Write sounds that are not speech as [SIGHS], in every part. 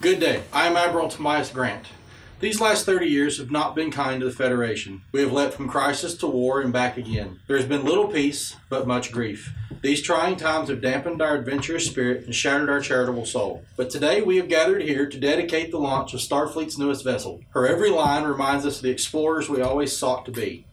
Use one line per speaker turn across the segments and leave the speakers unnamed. Good day. I am Admiral Tobias Grant. These last 30 years have not been kind to the Federation. We have leapt from crisis to war and back again. There has been little peace, but much grief. These trying times have dampened our adventurous spirit and shattered our charitable soul. But today we have gathered here to dedicate the launch of Starfleet's newest vessel. Her every line reminds us of the explorers we always sought to be.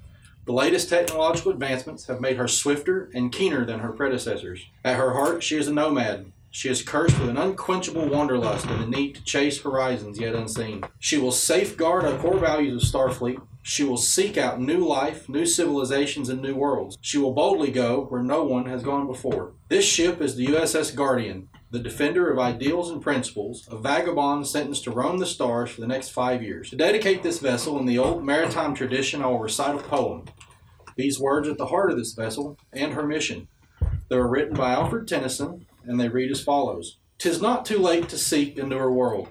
The latest technological advancements have made her swifter and keener than her predecessors. At her heart, she is a nomad. She is cursed with an unquenchable wanderlust and the need to chase horizons yet unseen. She will safeguard our core values of Starfleet. She will seek out new life, new civilizations, and new worlds. She will boldly go where no one has gone before. This ship is the USS Guardian, the defender of ideals and principles, a vagabond sentenced to roam the stars for the next five years. To dedicate this vessel in the old maritime tradition, I will recite a poem. These words are at the heart of this vessel and her mission. They were written by Alfred Tennyson, and they read as follows Tis not too late to seek a newer world.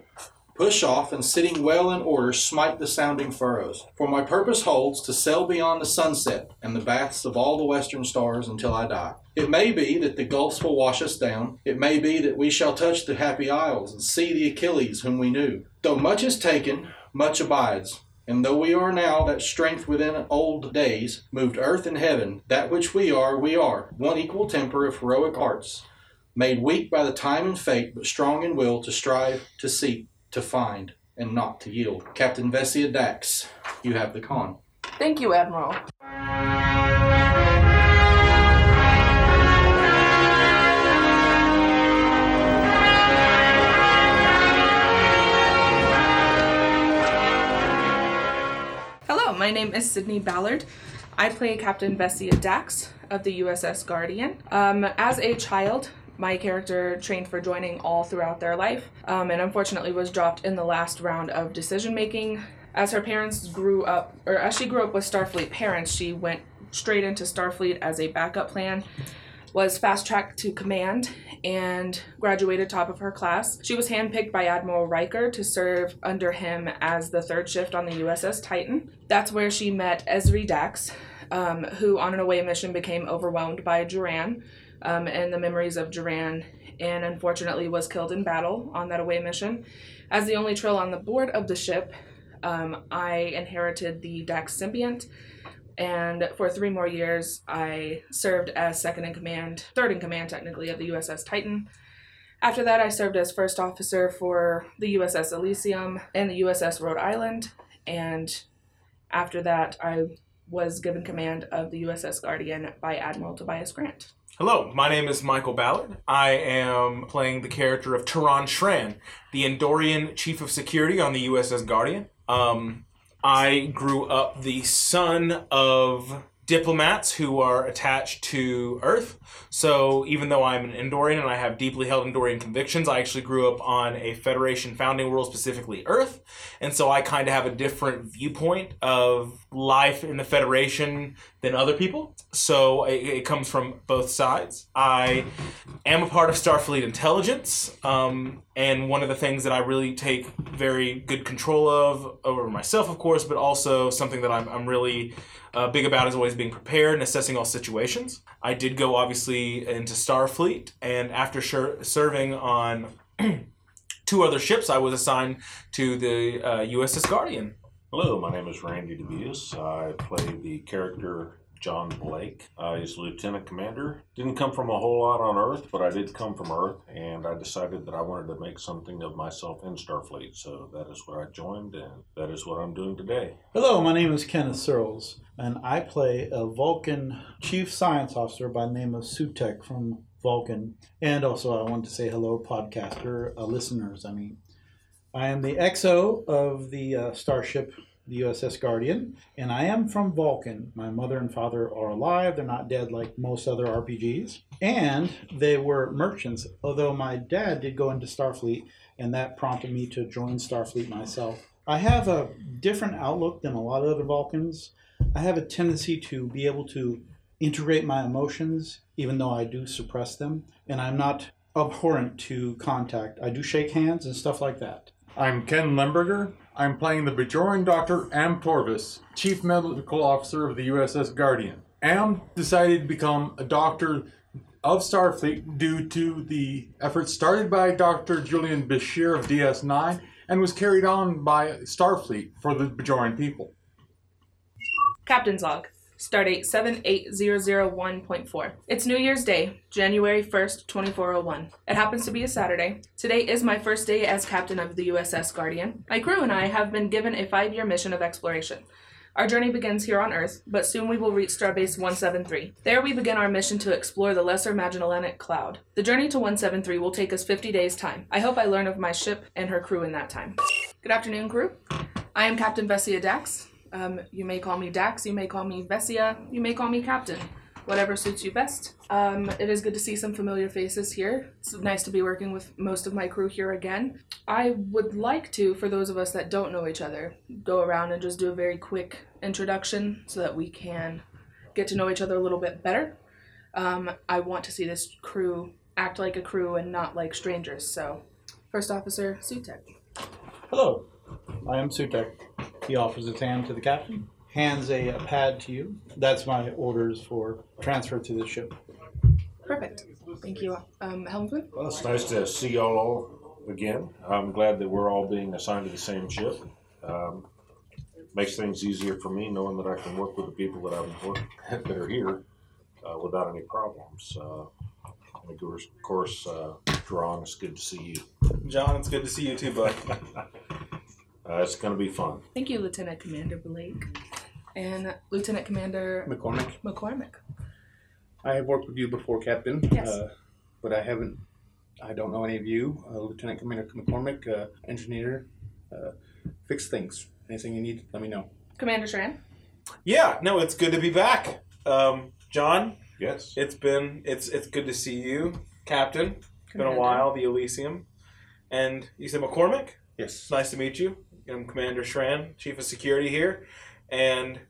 Push off, and sitting well in order, smite the sounding furrows. For my purpose holds to sail beyond the sunset and the baths of all the western stars until I die. It may be that the gulfs will wash us down. It may be that we shall touch the happy isles and see the Achilles whom we knew. Though much is taken, much abides. And though we are now that strength within old days, moved earth and heaven, that which we are, we are, one equal temper of heroic hearts, made weak by the time and fate, but strong in will to strive, to seek, to find, and not to yield. Captain Vessia Dax, you have the con.
Thank you, Admiral. Hello, my name is Sydney Ballard. I play Captain Vessia Dax of the USS Guardian. Um, as a child, my character trained for joining all throughout their life um, and unfortunately was dropped in the last round of decision making. As her parents grew up, or as she grew up with Starfleet parents, she went straight into Starfleet as a backup plan was fast tracked to command and graduated top of her class. She was handpicked by Admiral Riker to serve under him as the third shift on the USS Titan. That's where she met Ezri Dax, um, who on an away mission became overwhelmed by Duran um, and the memories of Duran, and unfortunately was killed in battle on that away mission. As the only Trill on the board of the ship, um, I inherited the Dax symbiont and for three more years i served as second in command third in command technically of the uss titan after that i served as first officer for the uss elysium and the uss rhode island and after that i was given command of the uss guardian by admiral tobias grant
Hello, my name is Michael Ballard. I am playing the character of Tehran Shran, the Andorian chief of security on the USS Guardian. Um, I grew up the son of diplomats who are attached to Earth. So even though I'm an Endorian and I have deeply held Endorian convictions, I actually grew up on a Federation founding world, specifically Earth. And so I kind of have a different viewpoint of life in the Federation than other people. So it, it comes from both sides. I am a part of Starfleet Intelligence, um, and one of the things that I really take very good control of over myself, of course, but also something that I'm, I'm really uh, big about is always being prepared and assessing all situations. I did go obviously into Starfleet, and after sher- serving on [CLEARS THROAT] two other ships, I was assigned to the uh, USS Guardian.
Hello, my name is Randy DeBuse. I play the character John Blake. I is lieutenant commander. Didn't come from a whole lot on Earth, but I did come from Earth, and I decided that I wanted to make something of myself in Starfleet. So that is what I joined, and that is what I'm doing today.
Hello, my name is Kenneth Searles, and I play a Vulcan chief science officer by the name of Sutek from Vulcan. And also, I want to say hello, podcaster uh, listeners. I mean, I am the XO of the uh, starship, the USS Guardian, and I am from Vulcan. My mother and father are alive; they're not dead like most other RPGs, and they were merchants. Although my dad did go into Starfleet, and that prompted me to join Starfleet myself. I have a different outlook than a lot of other Vulcans. I have a tendency to be able to integrate my emotions, even though I do suppress them, and I'm not abhorrent to contact. I do shake hands and stuff like that.
I'm Ken Lemberger. I'm playing the Bajoran Doctor Am Torvis, Chief Medical Officer of the USS Guardian. Am decided to become a doctor of Starfleet due to the efforts started by Dr. Julian Bashir of DS9 and was carried on by Starfleet for the Bajoran people.
Captain's log. Stardate 78001.4. It's New Year's Day, January 1st, 2401. It happens to be a Saturday. Today is my first day as captain of the USS Guardian. My crew and I have been given a five year mission of exploration. Our journey begins here on Earth, but soon we will reach Starbase 173. There we begin our mission to explore the Lesser Magellanic Cloud. The journey to 173 will take us 50 days' time. I hope I learn of my ship and her crew in that time. Good afternoon, crew. I am Captain Vessia Dax. Um, you may call me Dax, you may call me Vessia, you may call me Captain. Whatever suits you best. Um, it is good to see some familiar faces here. It's nice to be working with most of my crew here again. I would like to, for those of us that don't know each other, go around and just do a very quick introduction so that we can get to know each other a little bit better. Um, I want to see this crew act like a crew and not like strangers. So, First Officer Sutek.
Hello, I am Sutek. He offers his hand to the captain, hands a, a pad to you. That's my orders for transfer to the ship.
Perfect. Thank you, um, Helmsman.
Well, it's nice to see y'all all again. I'm glad that we're all being assigned to the same ship. Um, makes things easier for me knowing that I can work with the people that I've worked that are here uh, without any problems. Uh, and of course, of course uh, Duran, it's good to see you.
John, it's good to see you too, bud. [LAUGHS]
Uh, it's going to be fun.
Thank you, Lieutenant Commander Blake. And Lieutenant Commander
McCormick.
McCormick.
I have worked with you before, Captain.
Yes.
Uh, but I haven't. I don't know any of you, uh, Lieutenant Commander McCormick, uh, engineer. Uh, fix things. Anything you need, let me know.
Commander Shran.
Yeah, no, it's good to be back. Um, John,
Yes.
it's been it's it's good to see you, Captain. It's been a
Commander.
while, the Elysium, and you said McCormick. It's
Yes.
nice to meet you. I'm Commander Shran, Chief of Security here, and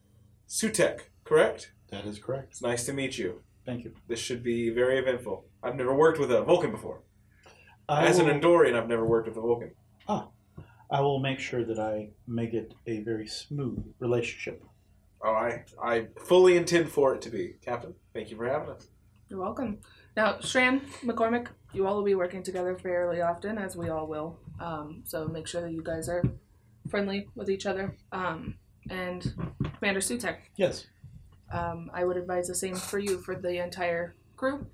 Sutek. Correct?
That is correct.
It's nice to meet you.
Thank you.
This should be very eventful. I've never worked with a Vulcan before.
I
As
will,
an Andorian, I've never worked with a Vulcan.
I will make sure that I make it a very smooth relationship.
Oh, I I fully intend for it to be, Captain. Thank you for having us.
You're welcome. Now, Shran, McCormick, you all will be working together fairly often, as we all will. Um, so make sure that you guys are friendly with each other. Um, and Commander Sutek,
Yes.
um, I would advise the same for you for the entire crew.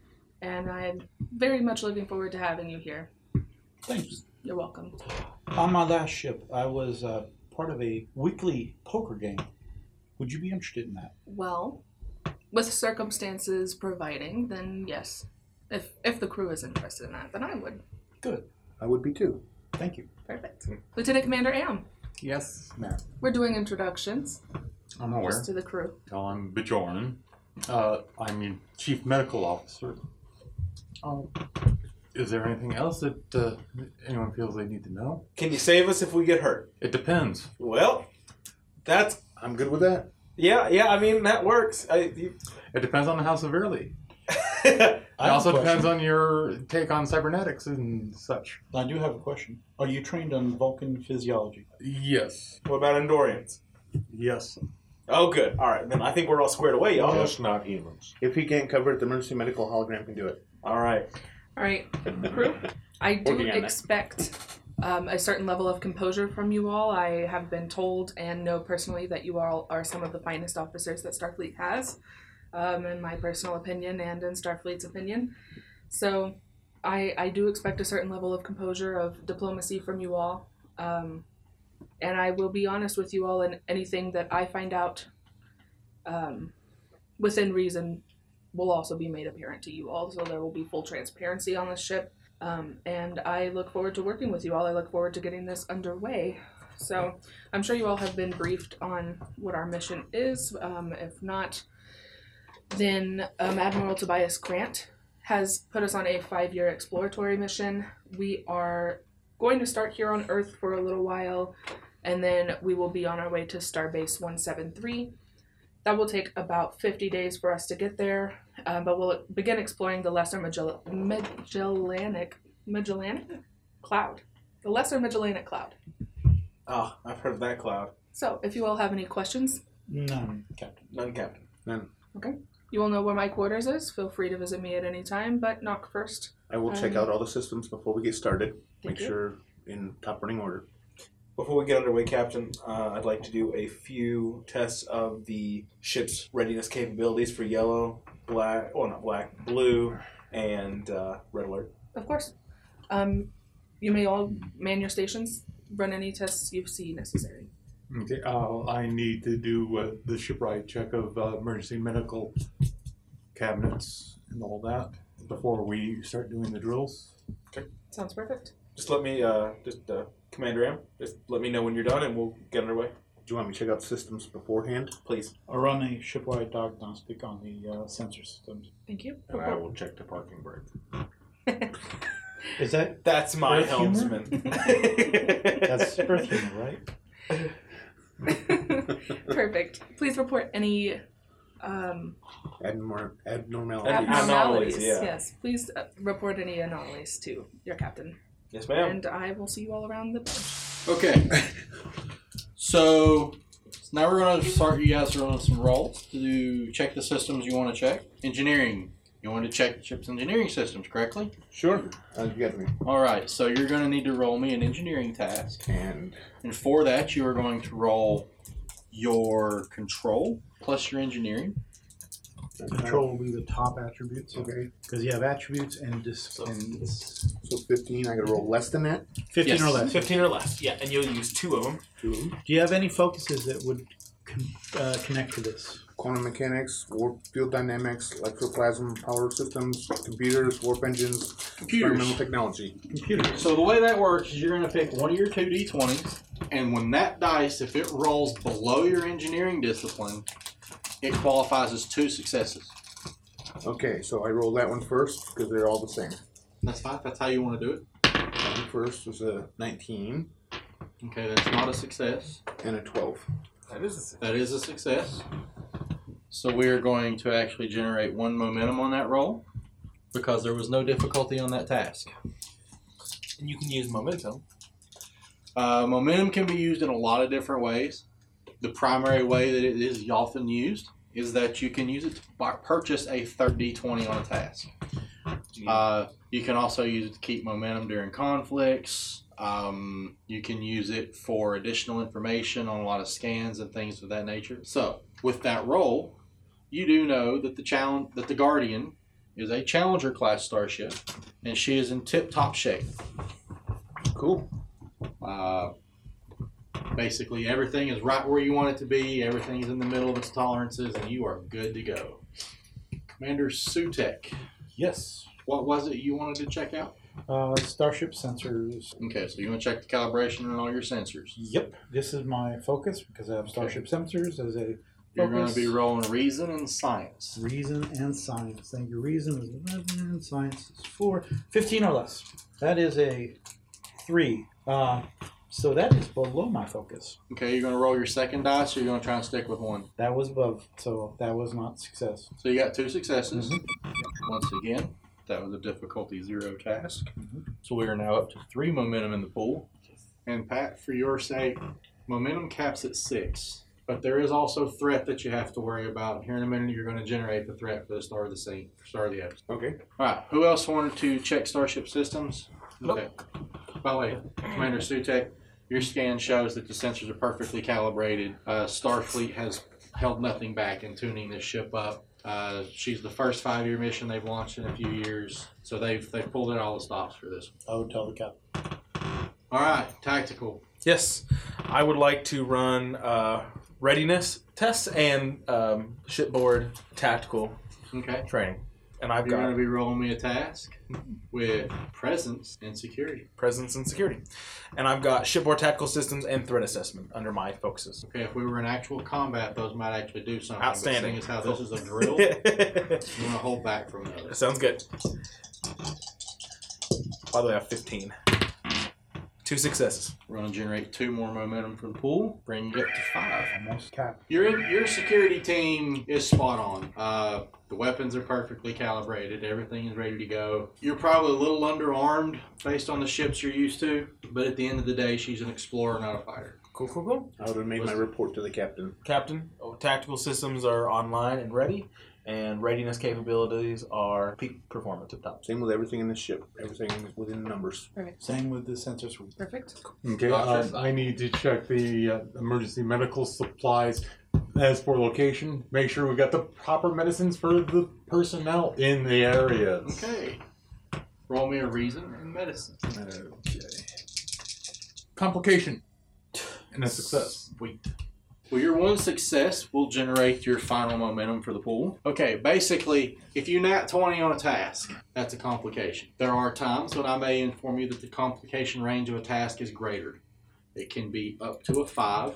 And I'm very much looking forward to having you here.
Thank you.
You're welcome.
On my last ship, I was uh, part of a weekly poker game. Would you be interested in that?
Well, with circumstances providing, then yes. If if the crew is interested in that, then I would.
Good.
I would be too.
Thank you.
Perfect. Lieutenant Commander Am,
Yes, ma'am.
we're doing introductions
I'm aware.
just to the crew.
I'm Bajoran. Uh, I'm your chief medical officer. Oh, is there anything else that uh, anyone feels they need to know?
Can you save us if we get hurt?
It depends.
Well, that's
I'm good with that.
yeah, yeah. I mean that works. I, you, [LAUGHS]
It depends on how severely.
I
It
have a
also depends
question.
on your take on cybernetics and such.
I do have a question. Are you trained on Vulcan physiology?
Yes.
what about Andorians?
Yes.
Oh, good. All right, then I think we're all squared away, y'all.
Just not humans.
If he can't cover it, the emergency medical hologram can do it.
All right.
All right, crew. I do
Working on it.
expect um, a certain level of composure from you all. I have been told and know personally that you all are some of the finest officers that Starfleet has, um, in my personal opinion and in Starfleet's opinion. So, I I do expect a certain level of composure of diplomacy from you all, um, and I will be honest with you all. And anything that I find out, um, within reason, will also be made apparent to you all. So there will be full transparency on this ship. Um, and I look forward to working with you all. I look forward to getting this underway. So I'm sure you all have been briefed on what our mission is. Um, if not, then um, Admiral Tobias Grant has put us on a five year exploratory mission. We are going to start here on Earth for a little while, and then we will be on our way to Starbase 173. That will take about 50 days for us to get there, um, but we'll begin exploring the Lesser Magell- Magellanic Magellanic Cloud, the Lesser Magellanic Cloud.
Ah, I've heard of that cloud.
So, if you all have any questions,
None, Captain.
None, Captain.
None.
Okay. You all know where my quarters is. Feel free to visit me at any time, but knock first.
I will check
Um,
out all the systems before we get started.
Thank
Make
you.
sure in top running order.
Before we get underway, Captain, uh, I'd like to do a few tests of the ship's readiness capabilities for yellow, black, well, not black, blue, and uh, red alert.
Of course. Um, you may all man your stations, run any tests you see necessary.
Okay, uh, I need to do uh, the shipwright check of uh, emergency medical cabinets and all that before we start doing the drills.
Sounds perfect.
Just let me, uh, just uh, Commander Am, just let me know when you're done, and we'll get underway,
Do you want me to check out systems beforehand?
please.
I'll run a shipwide diagnostic on the uh, sensor systems.
Thank you.
And I will check the parking brake.
Is that
That's my
Earth humor?
[LAUGHS] helmsman.
[LAUGHS]
[LAUGHS]
that's Earth humor, right?
[LAUGHS] perfect. Please report any um,
Abnorm- abnormality.
Abnormal-
abnormalities.
yeah.
Yes. Please uh, report any anomalies to your captain.
yes, ma'am.
And I will see you all around the bench.
Okay. [LAUGHS] so now we're gonna start. You guys are on some rolls to check the systems you want to check. Engineering. You want to check the ship's engineering systems correctly.
Sure. Uh, you got me.
All right. So you're gonna need to roll me an engineering task,
And
and for that you are going to roll your control plus your engineering.
Control will be the top attributes
okay,
because you have attributes and disciplines.
so 15. I got to roll less than that.
Fifteen or
Yes.
less. Do
15 or less, yeah, and you'll use two of them.
Two.
you have any focuses that would con- uh, connect to this?
Quantum mechanics, warp field dynamics, electroplasm, power systems, computers, warp engines, experimental technology.
Computers.
So the way that works is you're going to pick one of your two d20s, and when that dice, if it rolls below your engineering discipline, it qualifies as two successes.
Okay, so I roll that one first because they're all the same.
That's fine. That's how you want to do it.
That one first was a 19
Okay, that's not a success.
and a 12.
That is
That is a success. So we are going to actually generate one momentum on that roll because there was no difficulty on that task.
And you can use momentum.
Uh, momentum can be used in a lot of different ways. The primary way that it is often used is that you can use it to bu- purchase a third d20 on a task. Uh, you can also use it to keep momentum during conflicts. Um, you can use it for additional information on a lot of scans and things of that nature. So, with that role, you do know that the challenge that the Guardian is a Challenger class starship, and she is in tip-top shape.
Cool.
Uh, basically, everything is right where you want it to be. Everything's in the middle of its tolerances, and you are good to go. Commander Sutek,
Yes.
what was it you wanted to check out?
Uh, Starship sensors.
Okay, so you want to check the calibration and all your sensors.
Yep. This is my focus because I have Starship sensors as a
You're going to
Focus.
be rolling reason and science.
Reason and science. Thank you. Reason is 11 and science is 4. 15 or less. That is a 3. Uh, so that is below my focus.
Okay, you're going to roll your second dice, or you're going to try and stick with one.
That was above, so that was not success.
So you got two successes. Once again, that was a difficulty zero task. So we are now up to three momentum in the pool. And Pat, for your sake, momentum caps at six. But there is also threat that you have to worry about. Here in a minute, you're going to generate the threat for the start of the scene, for start of the episode.
Okay.
All right. Who else wanted to check Starship Systems?
Nope.
By the way, Commander Sutek, your scan shows that the sensors are perfectly calibrated. Uh, Starfleet has held nothing back in tuning this ship up. Uh, she's the first five-year mission they've launched in a few years, so they've they've pulled out all the stops for this.
I would tell the captain.
All right, tactical.
Yes, I would like to run uh, readiness tests and um, shipboard tactical
Okay,
training. And I've
you're
got
going to be rolling me a task with presence and security.
presence and security. And I've got shipboard tactical systems and threat assessment under my [LAUGHS] focuses.
Okay, if we were in actual combat, those might actually do something.
Outstanding.
But seeing as how this is a
[LAUGHS]
drill, we're
Sounds
going to hold back from those.
good. By the way, I have 15. Two successes.
We're going to generate two more momentum for the pool, bring it up to five.
Almost cap.
Your your security team is spot on. Uh, the weapons are perfectly calibrated. Everything is ready to go. You're probably a little underarmed based on the ships you're used to, but at the end of the day, she's an explorer, not a fighter.
Cool, cool, cool.
I would have made my report to the captain.
Captain, oh, tactical systems are online and ready,
and readiness capabilities are peak performance at top.
Same with everything in the ship. Everything within the numbers.
Same with the sensor suite.
Perfect.
Okay,
Doctor?
um, I need to check the uh, emergency medical supplies as for location. Make sure we got the proper medicines for the personnel in the areas.
Okay. Roll me a reason and medicine.
Okay. Complication and a success.
Sweet. Well, your one success will generate your final momentum for the pool. Okay, basically, if you nat 20 on a task, that's a complication. There are times when I may inform you that the complication range of a task is greater. It can be up to a 5,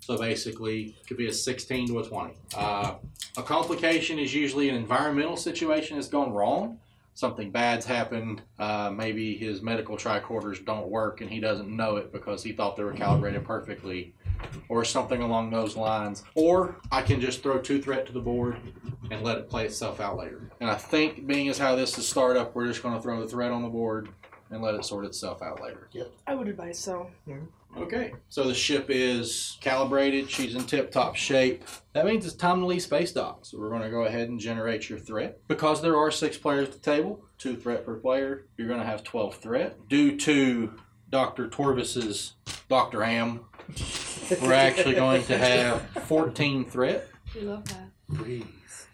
so basically, it could be a 16 to a 20. Uh, a complication is usually an environmental situation that's gone wrong. Something bad's happened. Uh, maybe his medical tricorders don't work and he doesn't know it because he thought they were calibrated perfectly or something along those lines. Or I can just throw two threat to the board and let it play itself out later. And I think being as how this is start up, we're just going to throw the threat on the board and let it sort itself out later.
I would advise so.
Okay. So the ship is calibrated. She's in tip-top shape. That means it's time to leave space dock. So we're going to go ahead and generate your threat because there are six players at the table, two threat per player. You're going to have twelve threat due to Dr. Torvis's Dr. Ham we're actually going to have 14 threat.
We love that.
[LAUGHS]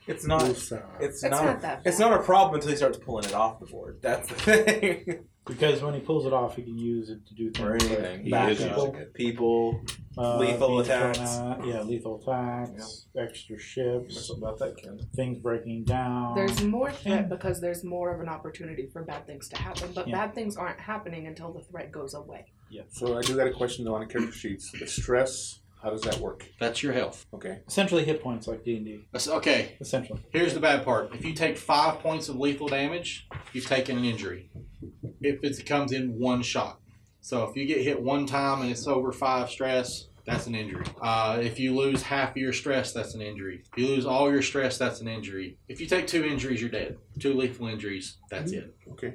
It's not. It's
It's
not.
not that
It's
bad.
not a problem until he starts pulling it off the board. That's the thing.
Because when he pulls it off, he can use it to do things
Or
like
anything. He
back
is
up,
using it.
People.
uh,
Lethal
being thrown
attacks.
at- yeah, lethal attacks, extra ships,
about that, Ken.
things breaking down.
There's more
yeah.
threat because there's more of an opportunity for bad things to happen, but
Yeah.
bad things aren't happening until the threat goes away.
So I do got a question though on the character sheets. The stress, how does that work?
That's your health.
Okay.
essentially hit points like D and D.
That's, okay,
Essentially,
here's the bad part. If you take five points of lethal damage, you've taken an injury. If it comes in one shot. So if you get hit one time and it's over five stress, that's an injury. Uh, if you lose half of your stress, that's an injury. If you lose all your stress, that's an injury. If you take two injuries, you're dead. Two lethal injuries, that's it.
Okay.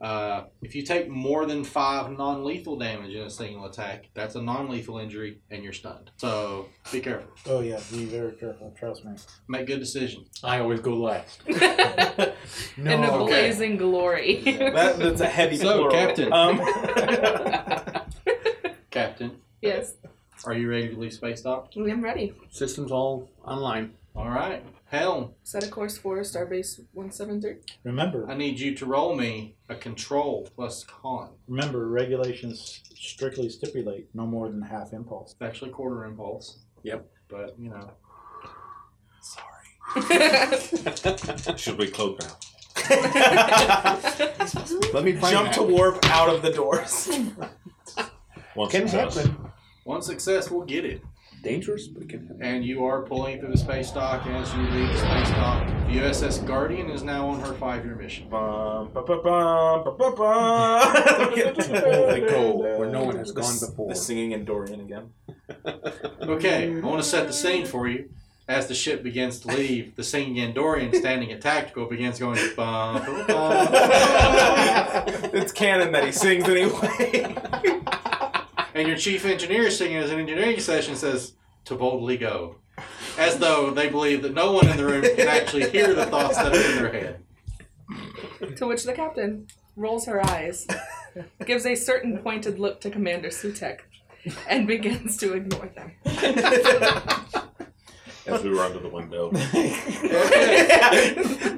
Uh, if you take more than five non-lethal damage in a single attack, that's a non-lethal injury, and you're stunned. So be careful.
oh yeah, be very careful. Trust me.
Make good decisions.
I always go
[LAUGHS]
last.
In a
No.
okay.
blazing glory.
That, that's a heavy
So,
plural.
Captain.
Um, [LAUGHS]
[LAUGHS] Captain,
[LAUGHS] yes,
are you ready to leave space dock?
I'm ready.
Systems all online.
All right, Helm.
Set a course for Starbase 173.
Remember,
Uh,
I need you to roll me a control plus con.
remember, regulations strictly stipulate no more than half impulse.
It's actually quarter impulse.
Yep.
But you know,
[LAUGHS] Should we close now?
[LAUGHS]
Let me jump to warp out of the doors.
Once
Can
it's us.
happen.
one success will get it.
Dangerous, but it can happen.
and you are pulling through the space dock. And as you leave the space dock, the USS Guardian is now on her five-year mission.
Bum, ba, ba, bum, ba, ba, bum.
Get to the hole they go where no one has gone before.
The singing in Dorian again.
Okay, I want to set the scene for you. As the ship begins to leave, the singing Andorian standing at tactical begins going bum bum, bum.
[LAUGHS]
Uh.
it's canon that he sings
[LAUGHS]
anyway.
and your chief engineer singing as an engineering session says to boldly go, as though they believe that no one in the room can actually hear the thoughts that are in their head.
to which the captain rolls her eyes, gives a certain pointed look to Commander Sutek, and begins to ignore them.
As we were under the window.
Okay,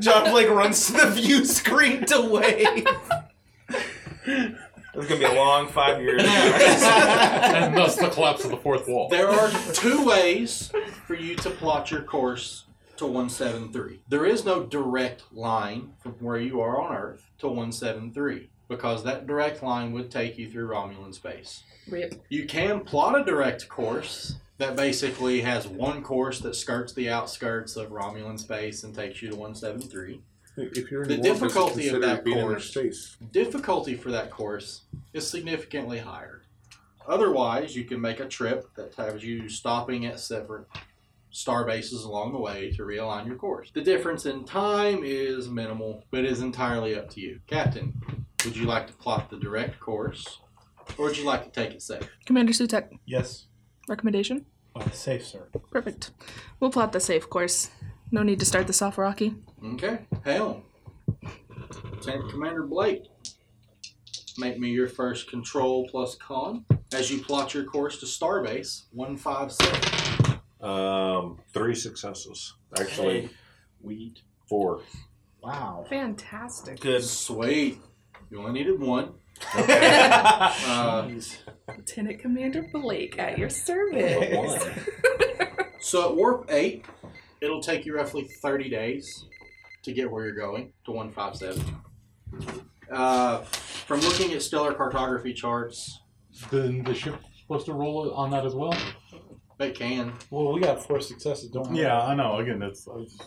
John Blake runs to the view screen to
[LAUGHS]
wave. It's gonna be a long five years.
[LAUGHS] and thus the collapse of the fourth wall.
there are two ways for you to plot your course to 173. There is no direct line from where you are on Earth to 173 because that direct line would take you through Romulan space.
Rip.
You can plot a direct course that basically has one course that skirts the outskirts of Romulan space and takes you to 173.
If you're in
The
war, does it
difficulty of
consider
that
being in their
course-
space.
Difficulty for that course is significantly higher. Otherwise, you can make a trip that has you stopping at separate star bases along the way to realign your course. The difference in time is minimal, but is entirely up to you. Captain, would you like to plot the direct course or would you like to take it safe?
Commander Sutek,
Yes.
recommendation?
Uh, safe, sir.
Perfect. We'll plot the safe course. No need to start this off rocky.
Okay, hell. Lieutenant Commander Blake, make me your first control plus con as you plot your course to Starbase 157.
Um, three successes. Actually,
Wheat.
four.
Wow.
Fantastic.
Good.
Sweet. You only needed one. [LAUGHS] Uh,
Lieutenant Commander Blake at your
[LAUGHS] But
[LAUGHS]
service.
one.
so at warp 8, it'll take you roughly 30 days to get where you're going to 157. Uh, from looking at stellar cartography charts,
Then the ship supposed to roll on that as well?
they can.
Well, we got four successes, don't we?
Yeah, I know. Again, that's I
Uh,
just,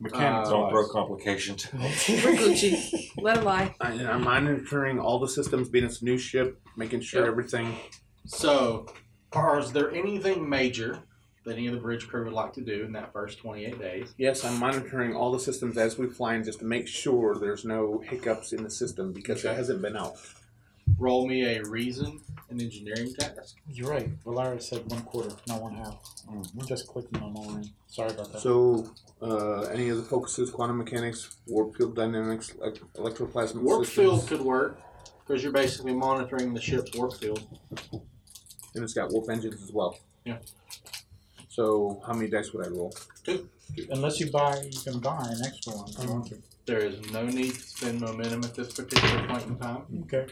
mechanics.
Uh,
Don't
wise.
throw complications.
We're Gucci. Let it lie.
I, I'm monitoring all the systems, being it's a new ship, making sure
Yep.
everything.
So, are, is there anything major that any of the bridge crew would like to do in that first 28 days?
Yes, I'm monitoring all the systems as we fly, in just to make sure there's no hiccups in the system because it
Okay.
hasn't been out.
Roll me a reason and engineering task.
You're right. Valara said one quarter, not one half. We're just clicking on all in. Sorry about that.
Mm-hmm. So, uh, any of the focuses, quantum mechanics, warp field dynamics, elec- electroplasmic
Warp
systems,
field could work because you're basically monitoring the ship's warp field.
and it's got warp engines as well.
Yeah.
So, how many dice would I roll?
Unless you buy, you can buy an extra one. if you want to.
There is no need to spend momentum at this particular point in time.
Okay.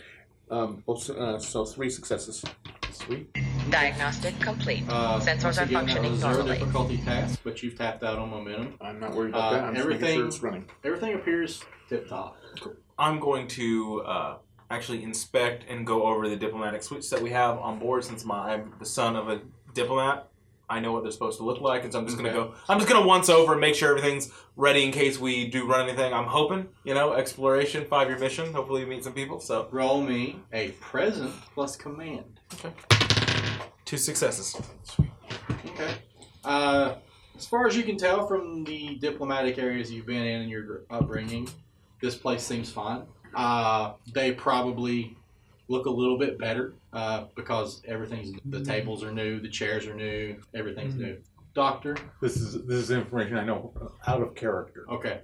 Um, both, uh, so three successes.
Sweet.
Diagnostic complete.
Uh,
Sensors
once
are
again, that
functioning
was zero
normally.
difficulty task, but you've tapped out on momentum.
I'm not worried about
Uh,
that. I'm just making
everything-
sure it's running.
Everything appears tip top.
I'm going to uh, actually inspect and go over the diplomatic suites that we have on board since my, I'm the son of a diplomat. I know what they're supposed to look like, and so I'm just gonna go. I'm just gonna once over and make sure everything's ready in case we do run anything. I'm hoping, you know, exploration, five year mission. Hopefully, we meet some people. So
Roll me a present plus command.
two successes.
Okay. Uh, as far as you can tell from the diplomatic areas you've been in and your gr- upbringing, this place seems fine. Uh, they probably look a little bit better uh, because everything's the tables are new, the chairs are new, everything's new. Doctor,
This is this is information I know out of character.
okay,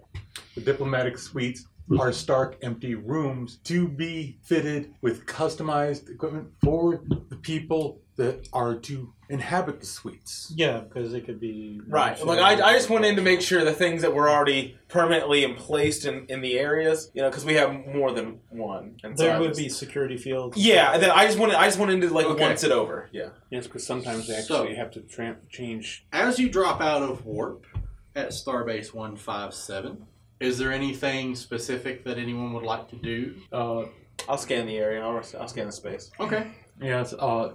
The diplomatic suites are stark empty rooms to be fitted with customized equipment for the people that are to inhabit the suites.
Yeah, because it could be.
Right. Like I, I just went in to make sure the things that were already permanently in placed in, in the areas, you know, because we have more than one. And so I
There would
just-
be security fields.
Yeah, and then I just wanted I just wanted to like
Okay.
once it over. Yeah.
Yes, because sometimes they
So-
actually have to tra- change.
as you drop out of warp at Starbase One Five Seven, is there anything specific that anyone would like to do?
Uh,
I'll scan the area. I'll, I'll scan the space.
Okay.
yes. Uh,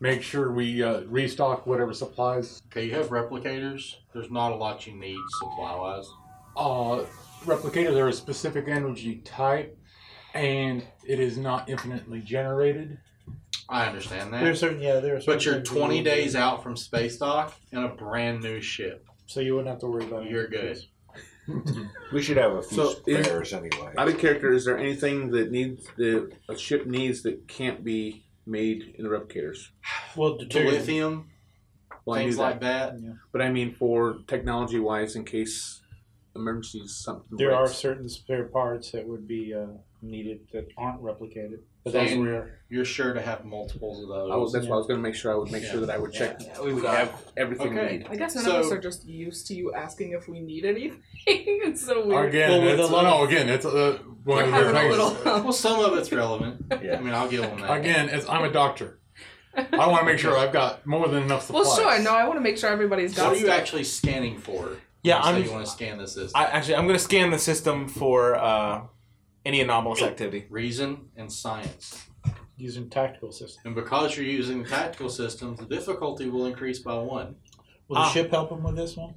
make sure we uh, restock whatever supplies.
Okay, you have replicators. There's not a lot you need supply wise.
Uh, replicators are a specific energy type, and it is not infinitely generated.
I understand that.
There's certain. Yeah, there's.
But you're 20 days out from space dock in a brand new ship.
So you wouldn't have to worry about it.
You're good.
We should have a few
So, is-
spares anyway.
Out of character, is there anything that needs that a ship needs that can't be made in the replicators?
Well,
To
deteriorate.
lithium,
Well, I knew
things
that.
like that.
But I mean, for technology wise, in case emergencies, something.
There are
breaks.
certain spare parts that would be uh, needed that aren't replicated. But
So
that's
you-
rare.
You're sure to have multiples of those.
I was, that's why I was going to make sure I would make sure that I would check.
We've
We have everything
Okay.
we need.
I guess none
So-
of us are just used to you asking if we need anything. [LAUGHS] it's so weird.
Again,
Well, with
it's,
a lot
no, again, it's uh, one of
We're
their
having a
[LAUGHS]
things.
little.
well, some of it's relevant. I
Yeah.
mean, I'll give them that.
[LAUGHS] Again, it's I'm a doctor. I want to make sure I've got more than enough supplies.
well, sure. No, I want to make sure everybody's
What
got
are you
stuff.
actually scanning for?
Yeah,
So
I'm.
you want to scan this as
I actually I'm gonna scan the system for uh, any anomalous activity.
reason and science.
Using tactical systems.
And because you're using tactical systems, the difficulty will increase by one.
Will the
Ah.
ship help him with this one?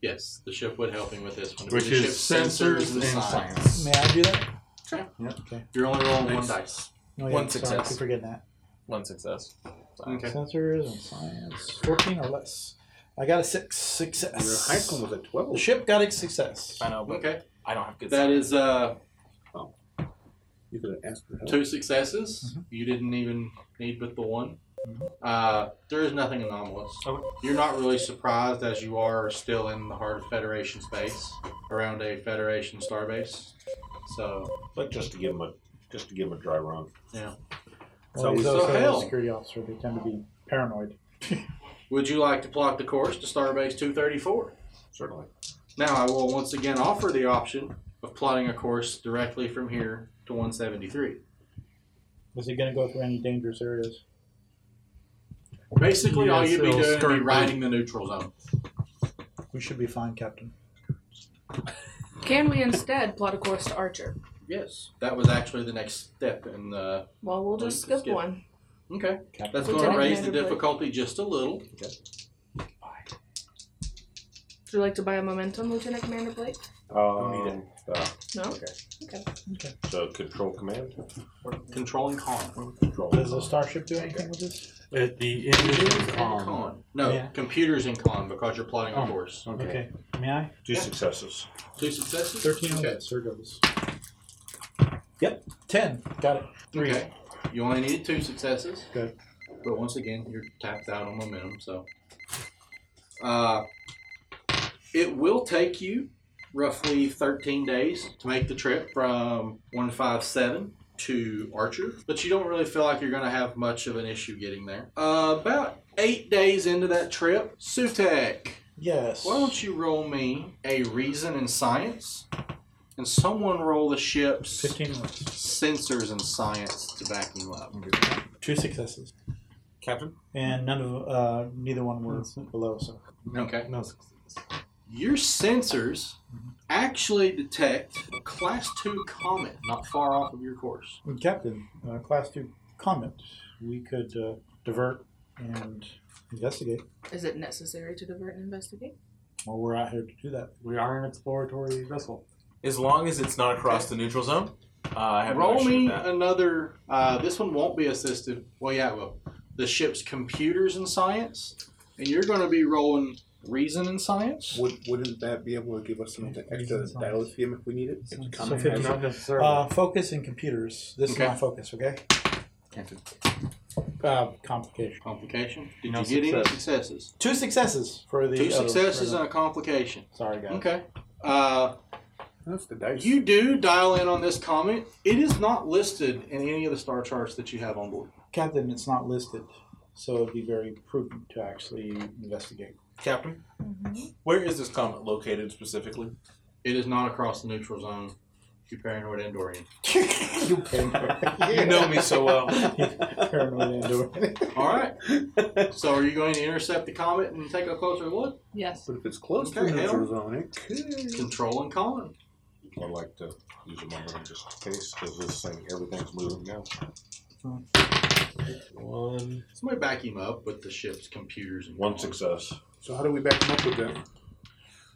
Yes, the ship would help me with this one.
Which
the
is
ship's
sensors and science.
May I do that?
Sure.
Yeah. Okay.
You're only rolling one dice.
No,
One
Oh, sorry, I
success.
keep forgetting that.
One success.
Okay.
Sensors and science. 14 or less. I got a six
Your high
success.
school was at
The
twelve.
ship got a success.
I know, but
Okay.
I don't have good.
That is uh,
You could have asked for help.
Mm-hmm.
Two successes. You didn't even need but the one. Uh, there is nothing anomalous.
Okay.
You're not really surprised as you are still in the heart of Federation space around a Federation starbase. So,
But just to give him a just to give him a dry run.
Yeah.
Well, he's
so
also
hell.
a uh, security officer. They tend to be paranoid.
would you like to plot the course to Starbase 234?
Certainly.
Now, I will once again offer the option of plotting a course directly from here to 173.
Is he going to go through any dangerous areas?
Basically, all
Yes,
you'd be
it'll
doing would
skirt
be riding the neutral zone.
We should be fine, Captain.
Can we instead plot a course to Archer?
Yes, that was actually the next step in the.
Well, we'll
Let's
just skip,
skip.
one.
Okay, that's going to
Lieutenant
raise the
Commander Blake.
difficulty just a little.
Would you like to buy a momentum, Lieutenant Commander Blake?
Um,
need
uh,
No.
so control command.
Controlling con.
Control.
Does the starship do anything with this?
At the end
Computers
of
and
the con.
con. No,
Yeah.
computers and con because you're plotting a
Oh.
course.
Okay. May I?
Two successes.
Two successes.
13 on
Okay.
that, sir goes. Yep, 10. Got it. Three.
Okay. You only needed two successes.
Good.
But once again, you're tapped out on momentum, so. Uh, it will take you roughly 13 days to make the trip from 157 to Archer, but you don't really feel like you're going to have much of an issue getting there. Uh, about eight days into that trip, Sutek,
Yes.
why don't you roll me a reason in science? And someone roll the ship's
15 minutes.
sensors and science to back you up.
Two successes.
Captain?
And none of, uh, neither one were below, so.
Okay.
No successes.
Your sensors actually detect a class 2 comet not far off of your course.
And Captain, uh, Class 2 Comet, we could uh, divert and investigate.
Is it necessary to divert and investigate?
Well, we're out here to do that.
We are an exploratory vessel.
As long as it's not across the neutral zone, uh, I have no
Roll
issue with
me
that.
another. Uh, this one won't be assisted. Well, yeah, it will. The ship's computers and science. And you're going to be rolling reason and science.
Would, wouldn't that be able to give us some extra
Reasons on-
battle him if we need it?
So-
If the
so
comet
fifty-
has
Not
it?
necessarily.
Uh, focus and computers. This
Okay.
is my focus, okay? Uh, complication.
Complication. Did
No
you get any
success.
successes?
Two successes for the.
Two
other- for
successes
the-
and a complication.
Sorry, guys.
Okay. Uh,
That's the dice.
you do dial in on this comet. It is not listed in any of the star charts that you have on board.
Captain, it's not listed, so it'd be very prudent to actually investigate. [LAUGHS]
Captain? Where is this comet located specifically?
It is not across the neutral zone. You paranoid Andorian.
you paranoid.
You know me so well.
paranoid android.
All right.
[LAUGHS]
so are you going to intercept the comet and take a closer look?
Yes.
But if it's close to
Okay,
the
hell.
neutral zone, it could.
Control and con.
I'd like to use a moment just in case because this thing everything's moving now.
One.
Somebody back him up with the ship's computers and
One
con.
success.
So how do we back them up with them?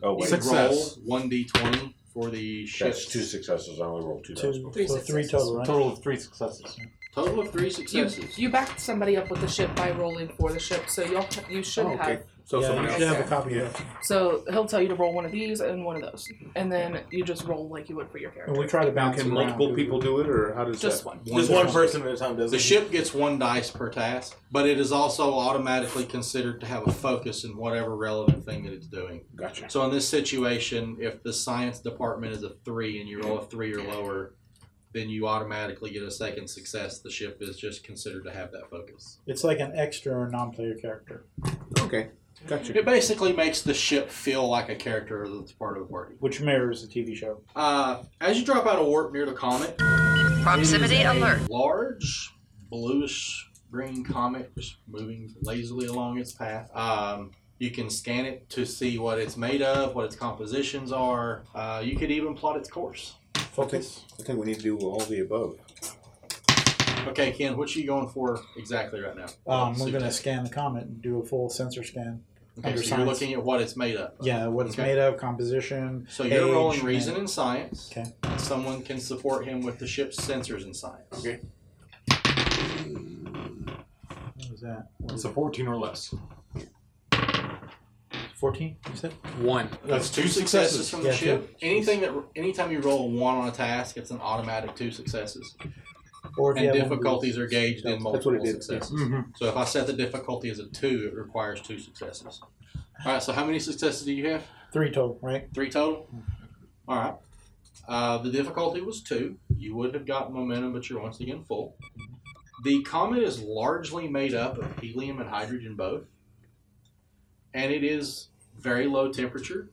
Oh
You
wait,
can
Success.
Roll one d twenty for the
that's
ship's
two successes. I only rolled two. dice
Two,
before.
so three total, right?
Total of three successes.
total of three
You,
successes.
you backed somebody up with the ship by rolling for the ship, so you'll you should
Oh, okay.
have.
So
yeah,
someone
you
else.
should have a copy of that.
So he'll tell you to roll one of these and one of those, and then you just roll like you would for your
And
character.
we try to
Now,
bounce
can
it
multiple
around.
people do it, or how does
Just
that?
one.
Just one person at a time does
The
it.
ship gets one dice per task, but it is also automatically considered to have a focus in whatever relevant thing that it's doing.
Gotcha.
So in this situation, if the science department is a three and you roll a three or lower, then you automatically get a second success. The ship is just considered to have that focus.
It's like an extra or non-player character,
Okay. Gotcha.
It basically makes the ship feel like a character that's part of the party.
which mirrors the TV show.
Uh, as you drop out of warp near the comet,
Proximity
it is a
alert.
Large bluish green comet just moving lazily along its path. Um, you can scan it to see what it's made of, what its compositions are. Uh, you could even plot its course.
Focus.
I think we need to do all the above.
Okay, Ken, what are you going for exactly right now?
Um, we're
Suit
going to
tech.
scan the comet and do a full sensor scan.
Okay,
under
so you're
science.
looking at what it's made of.
Yeah, what it's
Okay.
made of, composition.
So you're
age,
rolling
and-
reason and science.
Okay.
And someone can support him with the ship's sensors and science.
Okay.
What was that? What
It's
is
a
it?
14 or less.
14, you said?
One.
That's two successes from the
Yeah,
ship. Anything that anytime you roll a one on a task, it's an automatic two successes.
Or if you
and
have one of
difficulties Mm-hmm.
these-
are gauged in
That's what Mm.
multiple
it is.
successes.
Mhm.
So if I set the difficulty as a two, it requires two successes. All right. So how many successes do you have?
Three total, right?
Three total. All right. Uh, the difficulty was two. You would have gotten momentum, but you're once again full. The comet is largely made up of helium and hydrogen both, and it is very low temperature,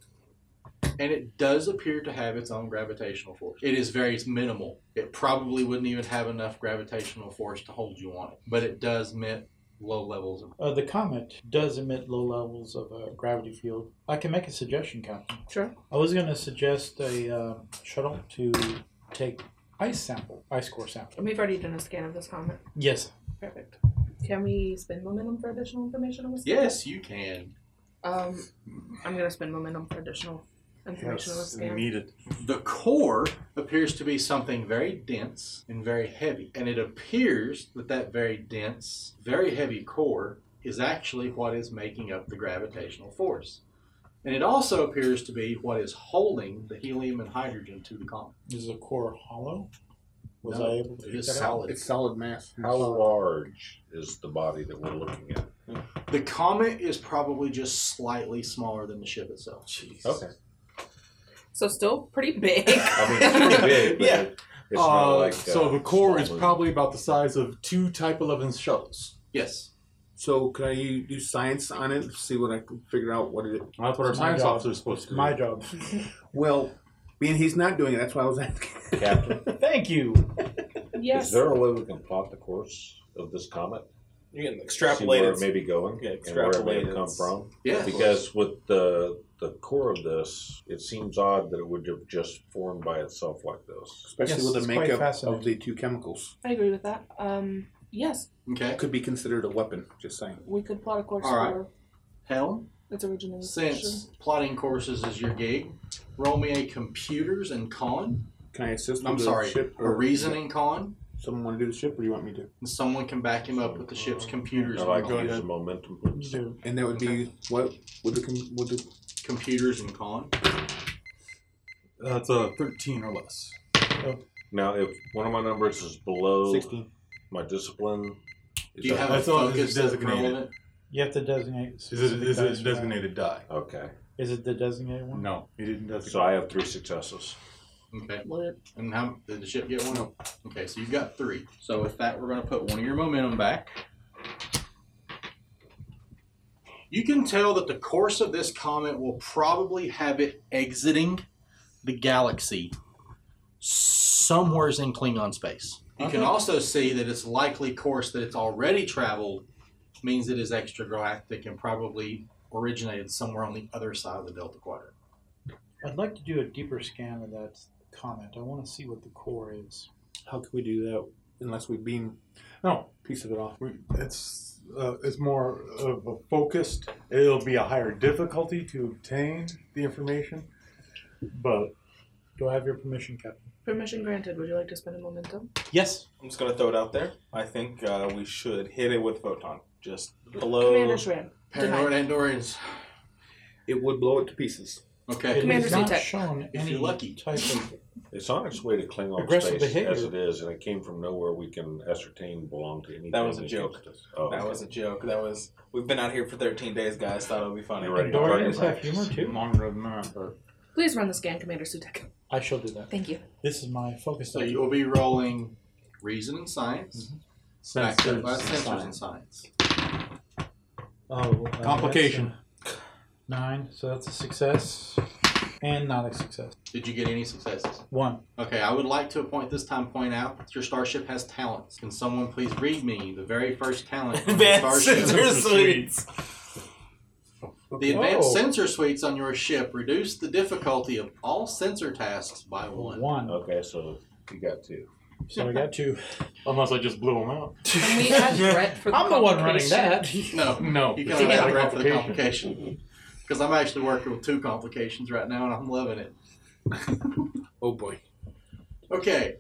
and it does appear to have its own gravitational force. It is very minimal. It probably wouldn't even have enough gravitational force to hold you on it, but it does emit low levels of.
Uh, the comet does emit low levels of uh, gravity field. I can make a suggestion, Captain.
Sure.
I was going to suggest a uh, shuttle to take ice sample, ice core sample.
We've already done a scan of this comet.
Yes.
Perfect. Can we spend momentum for additional information on this?
Yes, you can.
Um, I'm gonna spend momentum for additional information on this
Yes, we
scan.
need it.
The core appears to be something very dense and very heavy, and it appears that that very dense, very heavy core is actually what is making up the gravitational force. And it also appears to be what is holding the helium and hydrogen to the comet.
Is the core hollow? Was
No,
I able to
It
pick
is
that out?
solid.
It's solid mass.
How large is the body that we're looking at?
The comet is probably just slightly smaller than the ship itself.
Okay.
So still pretty big.
I mean, it's pretty big, but
Yeah.
it- it's not
Uh,
like.
so
uh,
the core is
small moon.
probably about the size of two Type 11 shuttles.
Yes.
So could I u- do science on it? See what I can figure out what it.
That's what our
It's my
science
job.
officer is supposed to do.
My job.
Well, being he's not doing it, that's why I was [LAUGHS] asking.
Captain,
[LAUGHS] Thank you.
[LAUGHS] yes.
is there a way we can plot the course of this comet?
You can
See where
extrapolate
it
it.
may be going
Yeah,
and where it may
extrapolate
have come
its-
from?
Yeah.
Because with the the core of this, it seems odd that it would have just formed by itself like this.
Especially
Yes,
with
it's
the
quite
makeup
fascinating.
of the two chemicals,
I agree with that. Um, yes,
Okay.
it could be considered a weapon. Just saying.
we could plot a course
All right.
for
Helm,
its original
since plotting courses is your gig, roll me a computers and con.
Can I assist?
I'm
with the
sorry,
Ship
a reasoning con.
Someone want to do the ship, or you want me to?
and someone can back him up with the ship's computers
I
and
like
con.
to use the momentum. please.
And that would be what would the com- would the
computers and con.
That's a 13 or less.
Now, if one of my numbers is below
sixteen?
my discipline,
Do you have
I
a
thought it
focus
was
that's
designated.
relevant?
You have to designate.
Is it,
specific dice
is it
for
a
that.
designated die?
okay.
Is it the designated one?
No, he didn't designate.
So I have three successes.
Okay. And how did the ship get one? Okay, so you've got three. So with that, we're going to put one of your momentum back. You can tell that the course of this comet will probably have it exiting the galaxy somewheres in Klingon space. You can
Okay.
also see that its likely course that it's already traveled means it is extragalactic and probably originated somewhere on the other side of the Delta Quadrant.
I'd like to do a deeper scan of that comment. I want to see what the core is.
How could we do that unless we beam
No,
piece of it off?
we- it's uh, it's more of a focused. It'll be a higher difficulty to obtain the information, but
Do I have your permission, Captain?
Permission granted. Would you like to spend a momentum?
Yes.
I'm just gonna throw it out there. I think uh, we should hit it with photon, just
Commander
below.
Shran.
Paranoid Andorians.
It would blow it to pieces.
Okay.
Commander
it is not
Sutek.
shown
If
any
you're lucky.
type of.
It's on its way to Klingon
Aggressive
space as
behavior.
it is, and it came from nowhere we can ascertain belonged to anything.
That was a
against
joke.
us. Oh,
That
okay.
was a joke. That was. We've been out here for 13 days, guys. Thought it would be funny.
You're ready.
Dorians
Right.
have humor too.
longer than that. But
Please run the scan, Commander Sutek.
I shall do that.
Thank
[LAUGHS]
you.
This is my focus.
So
item.
you will be rolling reason and
Mm-hmm.
science, backed up by sensors and science.
Oh, uh,
Complication.
that's a uh, Nine, so that's a success, and not a success.
Did you get any successes?
One.
Okay, I would like to appoint this time point out that your starship has talents. Can someone please read me the very first talent? on your
Advanced [LAUGHS]
starship?
sensor suites.
The advanced
Whoa.
sensor suites on your ship reduce the difficulty of all sensor tasks by one.
One.
Okay, so you got two.
So I got two.
Unless I just blew them out.
Can we
[LAUGHS]
add Brett for the
I'm the one running
complication?
that.
No,
No,
you
Mm-hmm. it's
can
not
have
a
that for the
complication.
complication. Because I'm actually working with two complications right now, and I'm loving it.
Oh boy.
Okay.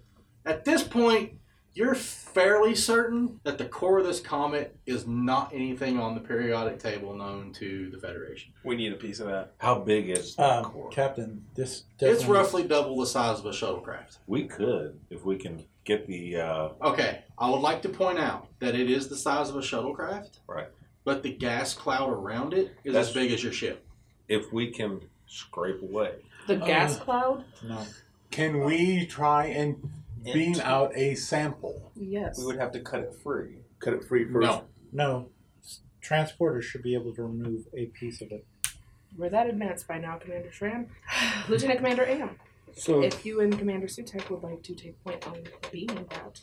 At this point, You're fairly certain that the core of this comet is not anything on the periodic table known to the Federation.
We need a piece of that.
How big is the
[LAUGHS] Um,
core?
Captain, this
It's roughly double the size of a shuttlecraft.
we could, if we can get the. Uh,
Okay, I would like to point out that it is the size of a shuttlecraft.
Right.
But the gas cloud around it is
That's-
as big as your ship.
if we can scrape away.
The
Um,
gas cloud?
No.
Can we try and beam out a sample?
Yes.
We would have to cut it free.
Cut it free first.
No.
No. Transporter should be able to remove a piece of it.
We're that advanced by now, Commander Shram. [SIGHS] Lieutenant Commander Am,
So
if you and Commander Sutek would like to take point on being that.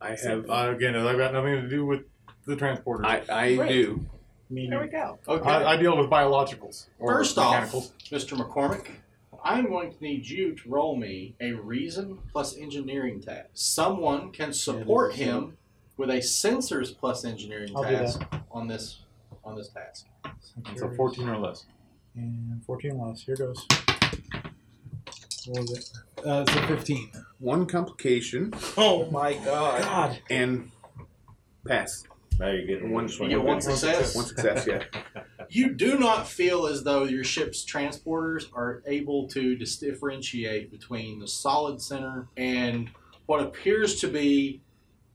I have.
Have, uh, again, I've got nothing to do with the transporter.
I, I
Right.
do.
There we
Meaning,
go.
Okay.
I, I deal with biologicals. Or
First off,
mechanicals.
Mr. McCormick, I'm going to need you to roll me a reason plus engineering task. Someone can support
Yeah,
him with a sensors plus engineering
I'll do
task on this on this task.
it's a 14 or less.
and 14 loss. Here goes. What was it? Uh, it's a 15.
One complication
Oh my god.
God.
and pass.
Now you're getting one
You
swing.
get one success.
One success, yeah.
You do not feel as though your ship's transporters are able to dis- differentiate between the solid center and what appears to be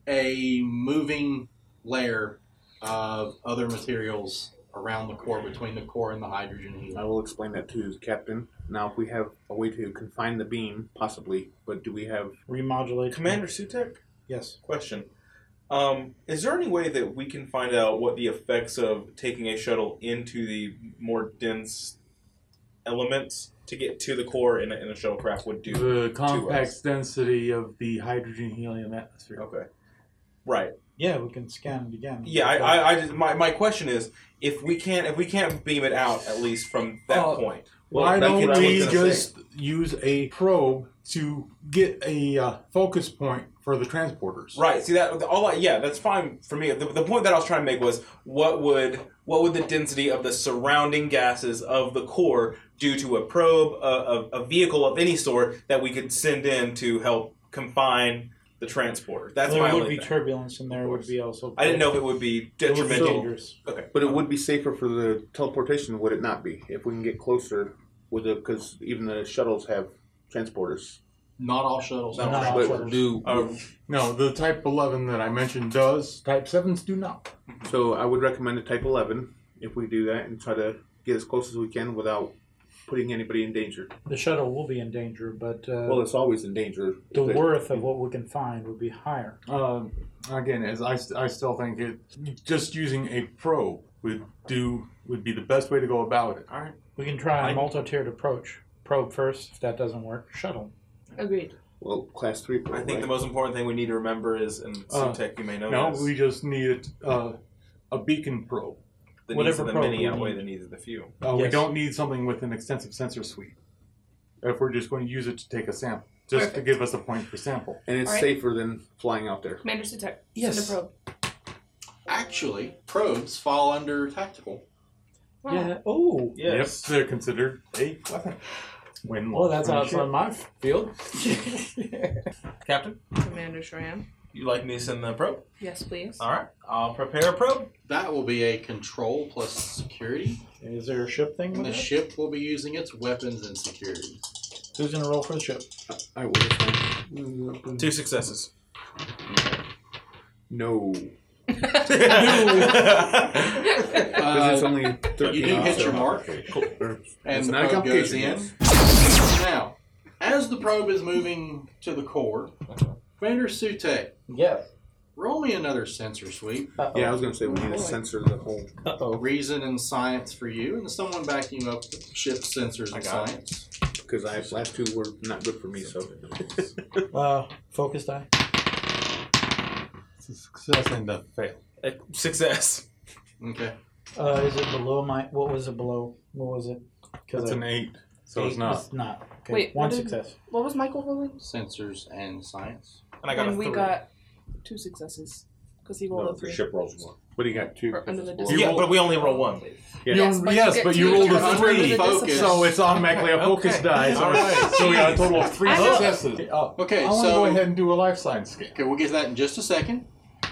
a moving layer of other materials around the core, between the core and the hydrogen
I
helium.
will explain that to the captain. Now, if we have a way to confine the beam, possibly, but do we have?
Remodulate.
Commander Sutek,
Yes.
question. Um, is there any way that we can find out what the effects of taking a shuttle into the more dense elements to get to the core in a, in a shuttlecraft would do?
The
us.
compact density of the hydrogen helium atmosphere.
Okay. Right.
Yeah, we can scan it again.
Yeah. I, I, I just, my, my question is if we can't if we can't beam it out at least from that
Oh.
point.
Why
that
don't
could-
we
that's what I was
just use a probe to get a uh, focus point for the transporters?
Right. See that all. I, yeah, that's fine for me. The, the point that I was trying to make was what would what would the density of the surrounding gases of the core do to a probe, a, a, a vehicle of any sort that we could send in to help confine the transporter. That's
there
my
would
only
be
thing.
turbulence, and there would be also.
I didn't know if it would be
It would be
detrimental.
dangerous.
But it would be safer for the teleportation, would it not be? If we can get closer with it, because even the shuttles have transporters.
Not all shuttles.
No,
have
not all
transporters.
shuttles.
do
Um,
No, the Type 11 that I mentioned does. Type 7s do not.
so. I would recommend a Type Eleven if we do that and try to get as close as we can without putting anybody in danger.
The shuttle will be in danger, but uh,
Well, it's always in danger.
the worth of what we can find would be higher.
Um, again, as I, st- I still think it, just using a probe would do would be the best way to go about it.
We can try a multi-tiered approach. Probe first. If that doesn't work, shuttle.
Agreed.
Well, class three.
I think the
right?
most important thing we need to remember is, and
Uh,
Suntech, you may know
No,
this,
we just need uh, a beacon probe.
the needs
whatever
of the
probe
many
we
outweigh
need.
the needs of the few.
Uh, We
Yes.
don't need something with an extensive sensor suite if we're just going to use it to take a sample, just to give us a point per sample.
and it's
All right.
safer than flying out there.
Commander Sutek, send
Yes.
a probe.
Actually, probes fall under tactical.
Wow.
Yeah. Oh.
Yes.
Yep, they're considered a weapon. When
Well, that's
launched
outside
from
my field.
Captain,
Commander Shram.
you like me to send the probe?
Yes, please.
Uh,
All right. I'll prepare a probe.
That will be a control plus security,
Is there a ship thing?
and
With
the
it?
ship will be using its weapons and security.
Who's gonna roll for the ship?
I will.
Two successes. [LAUGHS]
No, because
Uh,
it's only thirteen.
you do hit your
so-
mark, and
It's
the
not a
probe goes
complication,
in. Now, as the probe is moving to the core, Commander Sutek,
Yes.
roll me another sensor sweep.
Yeah, I was gonna say
Oh,
we need a sensor the whole.
Reason and science for you, and someone back you up with ship sensors and
got
science.
Because I last two were not good for me, so
Uh, focus die.
It's a success and a fail.
A success.
Okay.
Uh, is it below my? What was it below? What was it?
That's
I-
an eight, so it's
eight-
not.
It's not. Okay.
Wait, what
One
did-
success.
What was Michael rolling?
Sensors and science.
And I got
and
a
we
three.
got two successes because he rolled
No,
a
the
three.
ship rolls one.
What do you got? Two.
Or under the
You
dis-
Yeah,
roll-
but we only roll one.
Yeah.
Yes,
You-
but you
yes,
get
but
two
you rolled a
attacks under
three.
the
Focus.
disadvantage.
So it's automatically a focus
Okay.
die. So,
All right.
so we got a total of three
I know-
successes. Uh,
Okay,
I want to
so-
go ahead and do a life science scan.
Okay, we'll get to that in just a second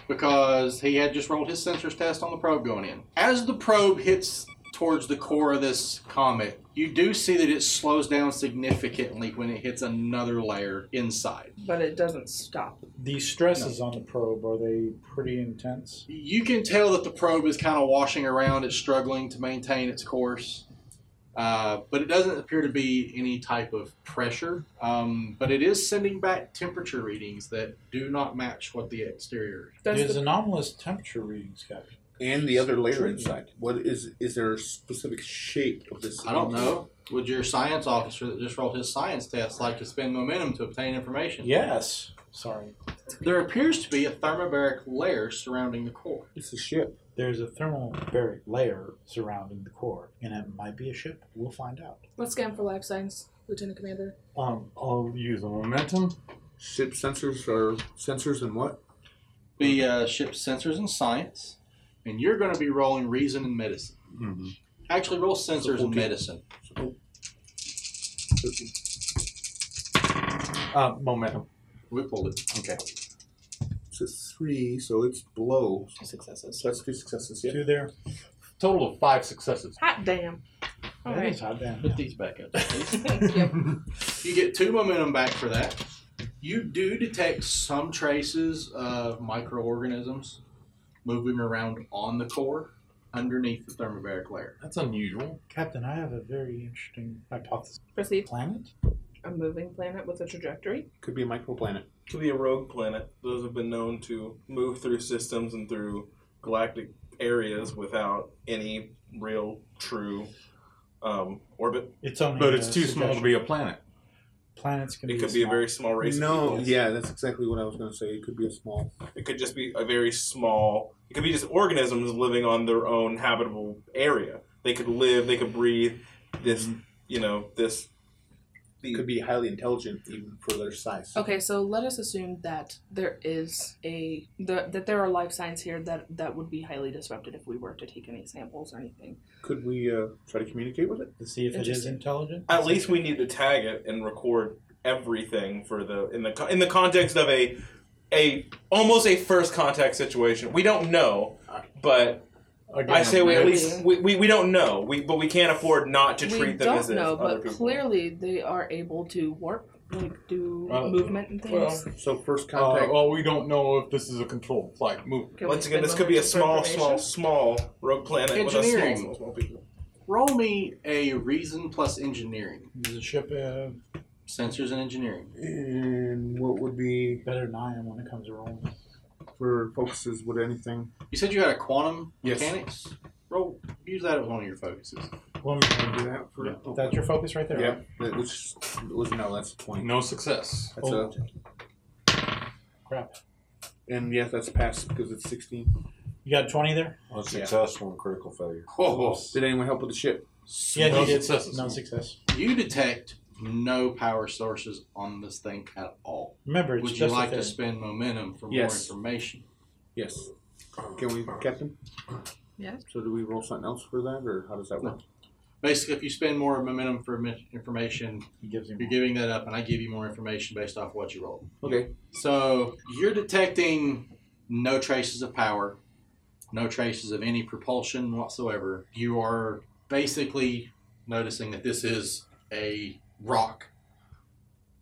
because he had just rolled his sensors test on the probe going in. As the probe hits towards the core of this comet, you do see that it slows down significantly when it hits another layer inside.
but it doesn't stop.
The stresses on the probe are they pretty intense?
You can tell that the probe is kind of washing around, it's struggling to maintain its course. Uh, but it doesn't appear to be any type of pressure. Um, but it is sending back temperature readings that do not match what the exterior.
There's
Does the,
anomalous temperature readings, Captain.
And the other layer inside. What is? Is there a specific shape of this?
I don't know. Would your science officer that just rolled his science test like to spend momentum to obtain information?
Yes. Sorry.
There appears to be a thermobaric layer surrounding the core.
It's a ship.
There's a thermobaric layer surrounding the core, and it might be a ship. We'll find out.
let's scan for life signs, Lieutenant Commander.
Um, I'll use a momentum.
Ship sensors are sensors and what?
The uh, ship's sensors and science, and you're going to be rolling reason and medicine. Actually, roll sensors and
14.
medicine.
oh.
Uh, momentum.
We pulled it.
Okay. It's a three, so it's below.
Successes.
So that's two successes. Yeah.
Two there.
Total of five successes.
Hot damn. All
That is
right.
hot damn.
Put these back up. please.
Yep.
you get two momentum back for that. You do detect some traces of microorganisms moving around on the core underneath the thermobaric layer.
That's unusual.
Captain, I have a very interesting hypothesis.
Proceed.
Planet?
A moving planet with a trajectory.
Could be a microplanet.
Could be a rogue planet. Those have been known to move through systems and through galactic areas without any real true um, orbit.
It's only.
But
a
it's too small to
suggestion.
be a planet.
Planets can
It
be.
could be a
small.
very small race. of
No.
people.
Yeah, that's exactly what I was going to say. It could be a small.
It could just be a very small. It could be just organisms living on their own habitable area. They could live. They could breathe. This, you know, this.
It could be highly intelligent even for their size.
Okay, so let us assume that there is a the, that there are life signs here that that would be highly disrupted if we were to take any samples or anything.
Could we uh, try to communicate with it?
To see if it is
Interesting.
intelligent?
At least we need to tag it and record everything for the in the co- in the context of a a almost a first contact situation. We don't know, but
Again,
I say we at
Maybe.
least we, we, we don't know. We but we can't afford not to
we
treat them
don't
as if
know,
other
but
people.
clearly they are able to warp, like do
Oh,
Well,
movement and things.
So first
uh,
contact.
well, we don't know if this is a controlled flight move.
Can we
Once again,
spend
this could be a
momentum for
small, small,
information?
small rogue planet with a small,
Engineering.
small, small people.
Roll me a reason plus engineering.
Is the ship uh,
Sensors and engineering.
And what would be
better than I am when it comes to rolling?
for focuses? Would anything?
You said you had a quantum
Yes.
mechanics? Roll use that as one of your focuses.
Well,
Can we do that for? Oh,
that's your focus right there.
Yeah.
right?
that- Which was no. That's twenty.
No success.
That's
Oh.
a,
Crap.
and yes, that's passed because it's sixteen.
You got 20 there?
One successful and critical failure.
Oh,
Did anyone help with the ship?
[LAUGHS] Yeah,
no
he did.
successes.
No success.
you detect no power sources on this thing at all.
Remember, it's
Would you
just
like to
a thing.
spend momentum for more
Yes.
information?
Yes. Can we, Captain?
Yes.
So do we roll something else for that, or how does that work?
Basically, if you spend more momentum for mi- information,
He gives him
You're giving that up, and I give you more information based off what you rolled.
Okay.
So you're detecting no traces of power, no traces of any propulsion whatsoever. You are basically noticing that this is a rock,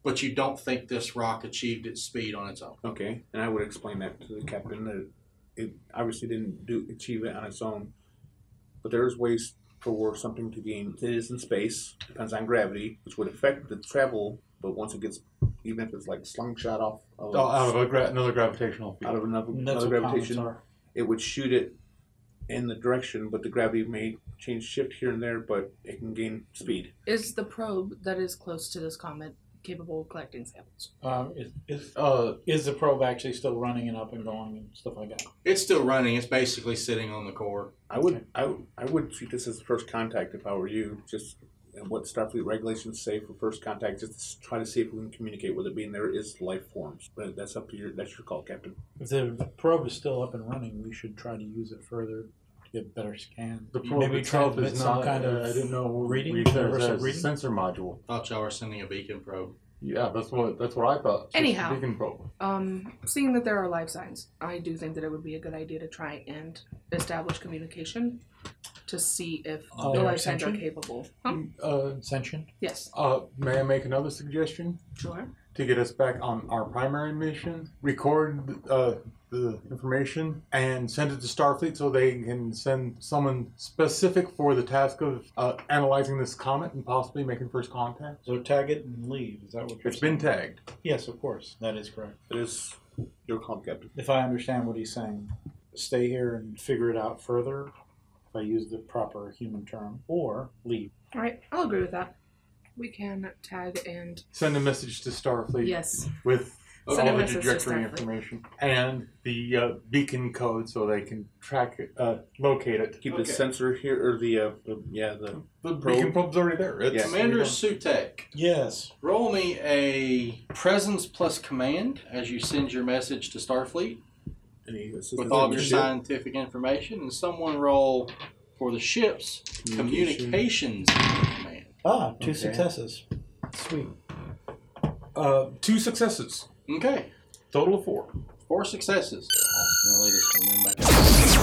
but you don't think this rock achieved its speed on its own.
Okay. And I would explain that to the captain that it obviously didn't do achieve it on its own, but there's ways for something to gain. It is in space, depends on gravity, which would affect the travel. But once it gets, even if it's like slung shot off of,
Oh, out of a gra- another gravitational
out
field.
of another,
And that's
another
what comets
gravitation,
are.
it would shoot it in the direction, but the gravity may change shift here and there, but it can gain speed.
Is the probe that is close to this comet capable of collecting samples?
Um, is, is, uh, is the probe actually still running and up and going and stuff like that?
It's still running. It's basically sitting on the core.
I would, I would, I would treat this as first contact if I were you. Just and what Starfleet regulations say for first contact, just to s- try to see if we can communicate with it. Being there is life forms, but that's up to your that's your call, Captain.
If the probe is still up and running, we should try to use it further to get better scans.
The probe
Maybe
itself
transmit
is
some
not. uh,
kind of
I didn't know
reading,
read- there's
universal
a
reading?
sensor module.
Thought y'all were sending a beacon probe.
Yeah, that's what that's what I thought. Just
Anyhow.
Beacon probe.
Um, seeing that there are life signs, I do think that it would be a good idea to try and establish communication to see if
Oh,
the
they're
life signs are
sentient?
capable. Huh?
Uh,
sentient.
Yes,
uh, may I make another suggestion?
sure.
to get us back on our primary mission, record uh, the information, and send it to Starfleet so they can send someone specific for the task of uh, analyzing this comet and possibly making first contact.
So tag it and leave. Is that what you're
It's been tagged.
Yes, of course. That is correct.
It is your call, Captain.
If I understand what he's saying, stay here and figure it out further if I use the proper human term, or leave.
All right, I'll agree with that. We can tag and
Send a message to Starfleet
yes,
with
Send a
all the
message to
trajectory
Starfleet.
information and the uh, beacon code so they can track it, uh, locate it.
Keep
Okay.
the sensor here or the, uh, the yeah the
The
Probe.
beacon probe's already there. It's
Yes.
Commander Sutek,
Yes.
roll me a presence plus command as you send your message to Starfleet
any assistance
with all of
we
your
can
scientific information, and someone roll for the ship's
do?
communications command.
Ah, two
Okay.
successes. Sweet.
Uh, two successes.
Okay.
Total of four.
Four successes. Ultimately, this will win back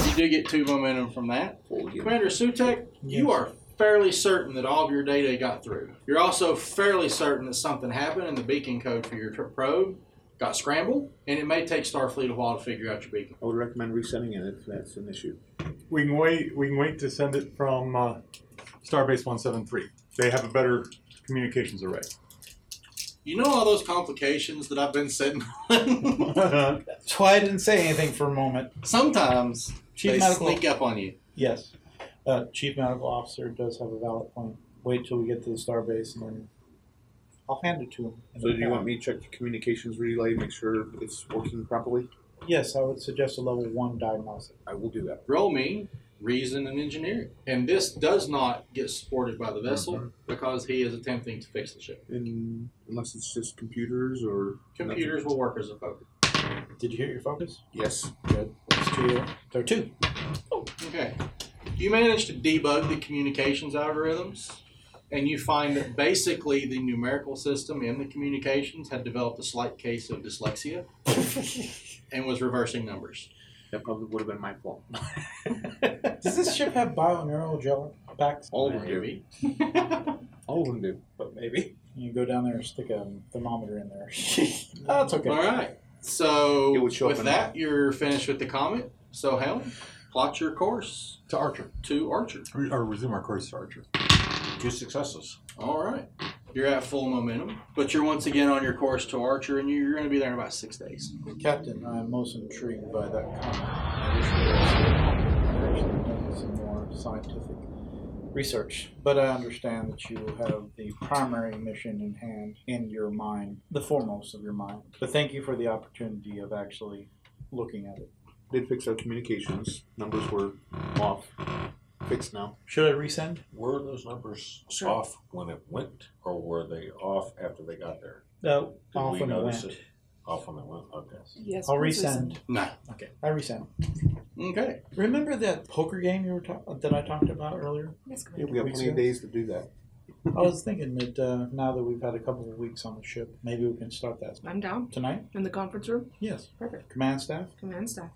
up. You do get two momentum from that.
Before we get-
Commander Sutek, you
Yes.
are fairly certain that all of your data got through. You're also fairly certain that something happened and the beacon code for your tr- probe got scrambled, and it may take Starfleet a while to figure out your beacon.
I would recommend resending it if that's an issue.
We can wait. We can wait to send it from uh, Starbase One Seven Three. They have a better communications [LAUGHS] array.
You know all those complications that I've been sitting [LAUGHS] on?
That's why I didn't say anything for a moment.
Sometimes
Chief
they
medical.
sneak up on you.
Yes. Uh, Chief medical officer does have a valid point. Wait till we get to the starbase, and then I'll hand it to him.
So do you want me to check the communications relay, make sure it's working properly?
Yes, I would suggest a level one diagnostic.
I will do that.
Roll me reason and engineering. And this does not get supported by the vessel because he is attempting to fix the ship.
In, unless it's just computers or
Computers will work as a focus.
Did you hear your focus?
Yes.
Good. That's two. There are two.
Okay. You manage to debug the communications algorithms, and you find that basically the numerical system in the communications had developed a slight case of dyslexia and was reversing numbers.
That probably would have been my fault.
Does this ship have bio-neural gel packs?
Oh
All of them do.
Maybe.
All of them do. But maybe.
You go down there and stick a thermometer in [LAUGHS] there. That's okay.
All right.
It
So
would show up
with
in-
that, you're finished with the comment. So Helen, plot your course
To Archer,
to Archer.
Re- or resume our course to Archer.
Two successes.
All right. You're at full momentum, but you're once again on your course to Archer, and you're going to be there in about six days.
Captain, I'm most intrigued by that comment. I wish we had actually done some more scientific research, but I understand that you have the primary mission in hand in your mind, the foremost of your mind. But thank you for the opportunity of actually looking at it.
Did fix our communications. Numbers were off. Fixed now.
Should I resend?
Were those numbers
Sure.
off when it went, or were they off after they got there?
No,
Did
off
we
and
notice
went.
it? Off when it went. Okay.
Yes,
I'll
please
resend.
No.
Okay, I resend.
Okay.
Remember that poker game you were ta- that I talked about earlier?
Yes, Commander.
we got
Weeks
plenty of
ago?
days to do that.
I [LAUGHS] was thinking that uh, now that we've had a couple of weeks on the ship, maybe we can start that
I'm down
tonight.
in the conference room.
Yes.
Perfect.
Command staff,
Command staff.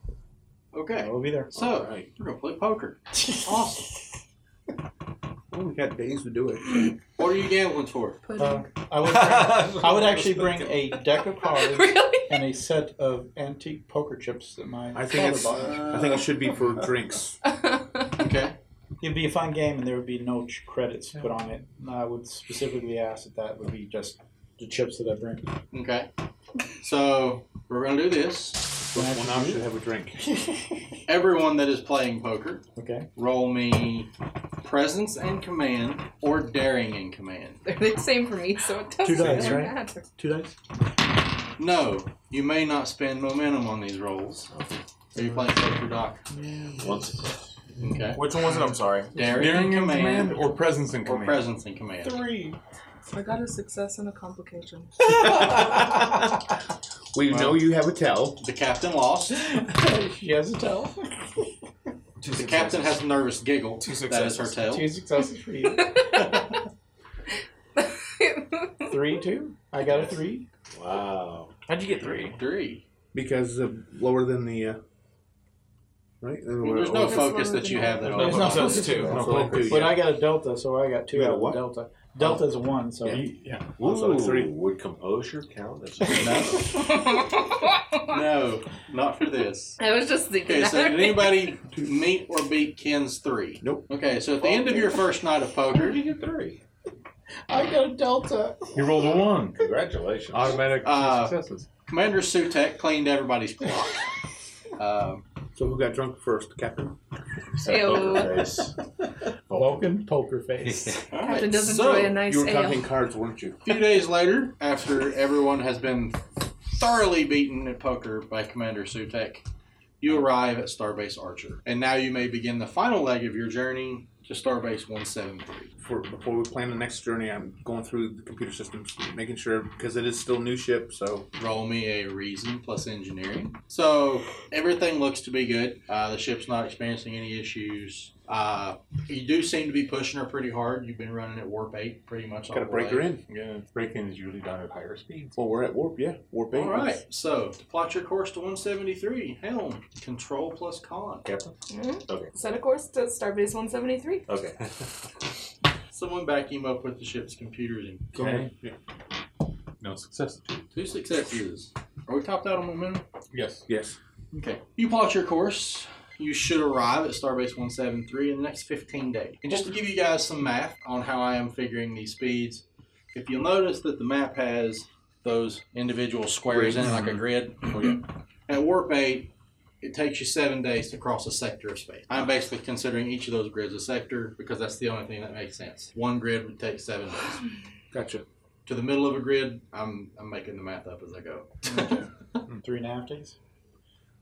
Okay.
we'll be there.
So,
Alright.
we're going to play poker. awesome.
Well, we got days to do it.
What are you gambling for?
Pudding.
Uh, I would, bring, I would actually bring a deck of
[LAUGHS]
cards
really?
and a set of antique poker chips that my
I think it's.
father bought.
uh,
I think it should be for drinks.
Okay.
It'd be a fun game, and there would be no ch- credits put on it. And I would specifically ask that that would be just the chips that I bring.
Okay. So, we're going to do this.
Which one I should have a drink.
Everyone that is playing poker,
Okay.
roll me presence and command or daring and command.
They're the same for me, so it doesn't
Two dice,
really
right?
matter.
Two dice.
No, you may not spend momentum on these rolls. Are you playing poker, Doc?
Once
Okay.
Which one was it? I'm sorry.
Daring in command,
or presence in
or
command.
presence in command.
[LAUGHS]
Three.
I got a success and a [LAUGHS] complication.
We
Well-
know you have a tell.
The captain lost.
she has a tell.
Two
The captain has a nervous giggle.
Two
That is her
successes.
tail.
Two successes for you. three, two. I got a three.
Wow.
How'd you get three?
Three.
Because uh, lower than the. Uh, right?
There's no
That's
focus
lower
that
than
you
that.
have that
No,
all.
There's no
that's
focus.
two.
No focus.
But I got a delta, so I got two
You got
out
a
of
what?
delta. Delta's a one, so
Yeah.
yeah.
Also
Ooh,
three.
Would composure count as
[LAUGHS]
No, not for
[LAUGHS]
this.
I was just thinking.
Okay,
that.
so did anybody meet or beat Ken's three?
Nope.
Okay, so at the end of your first night of
Where
poker,
did you get three?
I got a delta.
You rolled a one.
Congratulations.
Automatic
Uh,
successes.
Commander Sutek cleaned everybody's
[LAUGHS]
clock. Um,
So who got drunk first? Captain?
That
Ew.
poker face. Oh,
Vulcan poker
[LAUGHS]
face.
all
Captain
right,
does
so,
enjoy a nice
you were
ale.
talking cards, weren't you?
A few days later, after everyone has been thoroughly beaten at poker by Commander Sutek, you arrive at Starbase Archer. And now you may begin the final leg of your journey to Starbase 173.
For, before we plan the next journey, I'm going through the computer systems, making sure because it is still new ship. So
Roll me a reason plus engineering. So everything looks to be good. Uh, the ship's not experiencing any issues. Uh, you do seem to be pushing her pretty hard. You've been running at warp eight pretty much. all
gotta
the
break
way.
her in.
Yeah, breaking is usually done at higher speeds.
Well, we're at warp, yeah, warp eight.
All right. So to plot your course to 173, helm control plus con.
Captain?
Mhm.
Okay.
Set a course to Starbase 173.
Okay.
Someone back him up with the ship's computers and
Go ahead. Yeah.
No success.
two successes. Are we topped out on momentum?
Yes.
Yes.
Okay. You plot your course. You should arrive at Starbase 173 in the next 15 days. And just to give you guys some math on how I am figuring these speeds, if you'll notice that the map has those individual squares in it like a grid. At warp 8, it takes you seven days to cross a sector of space. I'm basically considering each of those grids a sector because that's the only thing that makes sense. One grid would take seven days
Gotcha.
to the middle of a grid, I'm I'm making the math up as I go.
Hmm, Three and a half days.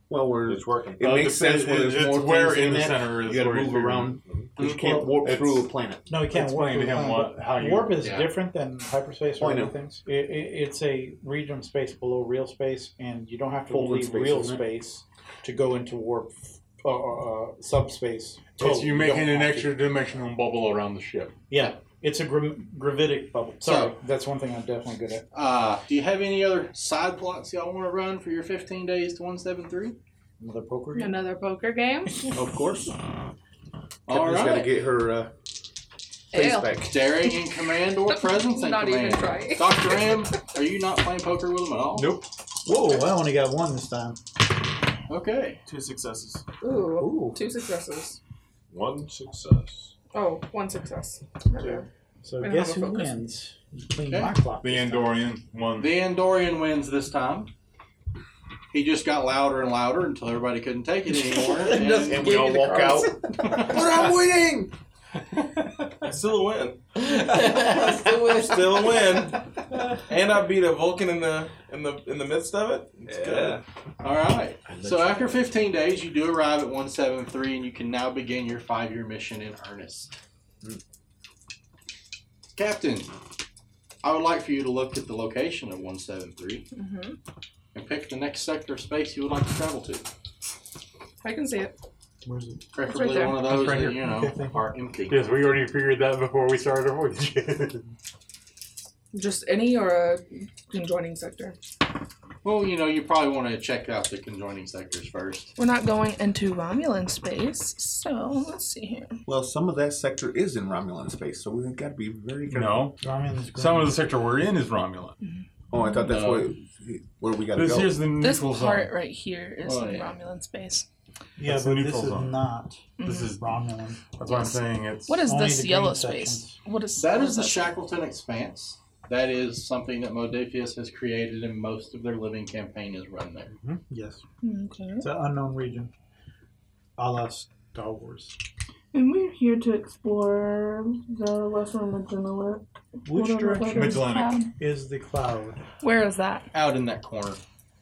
Well, we're.
It's working.
It makes sense when there's
it's
more
where
things in
in the
that.
center
You
is
gotta
where
move
you're-
around. 'cause You can't
Well,
warp
it's-
through a planet.
No, you can't
Explain
warp
to him
around,
what-
but
how you-
warp is
Yeah.
different than hyperspace
Oh,
or
I
other
know.
things. It, it, it's a region of space below real space, and you don't have to
Folded
leave
space,
real
isn't it?
space to go into warp uh, uh, uh, subspace.
It's
Totally.
Oh, you
don't
making an
have
extra
to.
dimensional bubble around the ship.
Yeah, it's a gra- gravitic bubble. Sorry, that's one thing I'm definitely good at.
[LAUGHS] Uh, do you have any other side plots y'all want to run for your 15 days to 173?
Another poker game.
Another poker game.
Of course.
All
Captain's gotta
right.
get her uh, face
Ale.
back.
Daring in command or presence in
[LAUGHS] Not even
command.
trying.
Dr. M, are you not playing poker with him at all?
Nope.
Whoa, I only got one this time.
Okay.
Two successes.
Ooh.
Ooh,
Two successes.
One success.
Oh, one success.
So
I don't
guess
have a
who
focus.
wins? You cleaned
Okay.
my clock.
The
this time.
Andorian one.
The Andorian wins this time. He just got louder and louder until everybody couldn't take it
[LAUGHS]
anymore. and
And we all walk out. but I'm winning!
That's still a win.
Still win.
Still a win. and I beat a Vulcan in the in the in the midst of it. It's good.
All right. So after 15 days, you do arrive at 173, and you can now begin your five-year mission in earnest.
Hmm.
Captain, I would like for you to look at the location of 173
Mm-hmm.
and pick the next sector of space you would like to travel to.
I can see it.
Where's it?
Preferably
there.
one of those
That's right
that
here.
you know
Okay,
[LAUGHS]
thank you.
are empty.
Yes, we already figured that before we started our [LAUGHS] voyage.
Just any or a conjoining sector.
Well, you know, you probably want to check out the conjoining sectors first.
We're not going into Romulan space, so let's see here.
Well, some of that sector is in Romulan space, so we've got to be very careful.
no,
Romulan's
some
green.
of the sector we're in is Romulan.
Oh, I thought that's
No.
what, where we got to
This
go.
here's the
This
neutral
part
zone.
right here is
Oh,
in
yeah.
Romulan space.
yeah,
That's the
but this
neutral
is
zone.
not
This
Mhm.
is
Romulan.
that's what I'm saying. It's
What is
Only the
this
green
yellow
sections.
space? What is
That
what
is the
that?
Shackleton Expanse. That is something that Modifius has created, and most of their living campaign is run there.
Yes,
Okay.
it's an unknown region, a la Star Wars.
And we're here to explore the Western Magellanic.
Which direction
Magellanic.
is the cloud?
Where is that?
Out in that corner.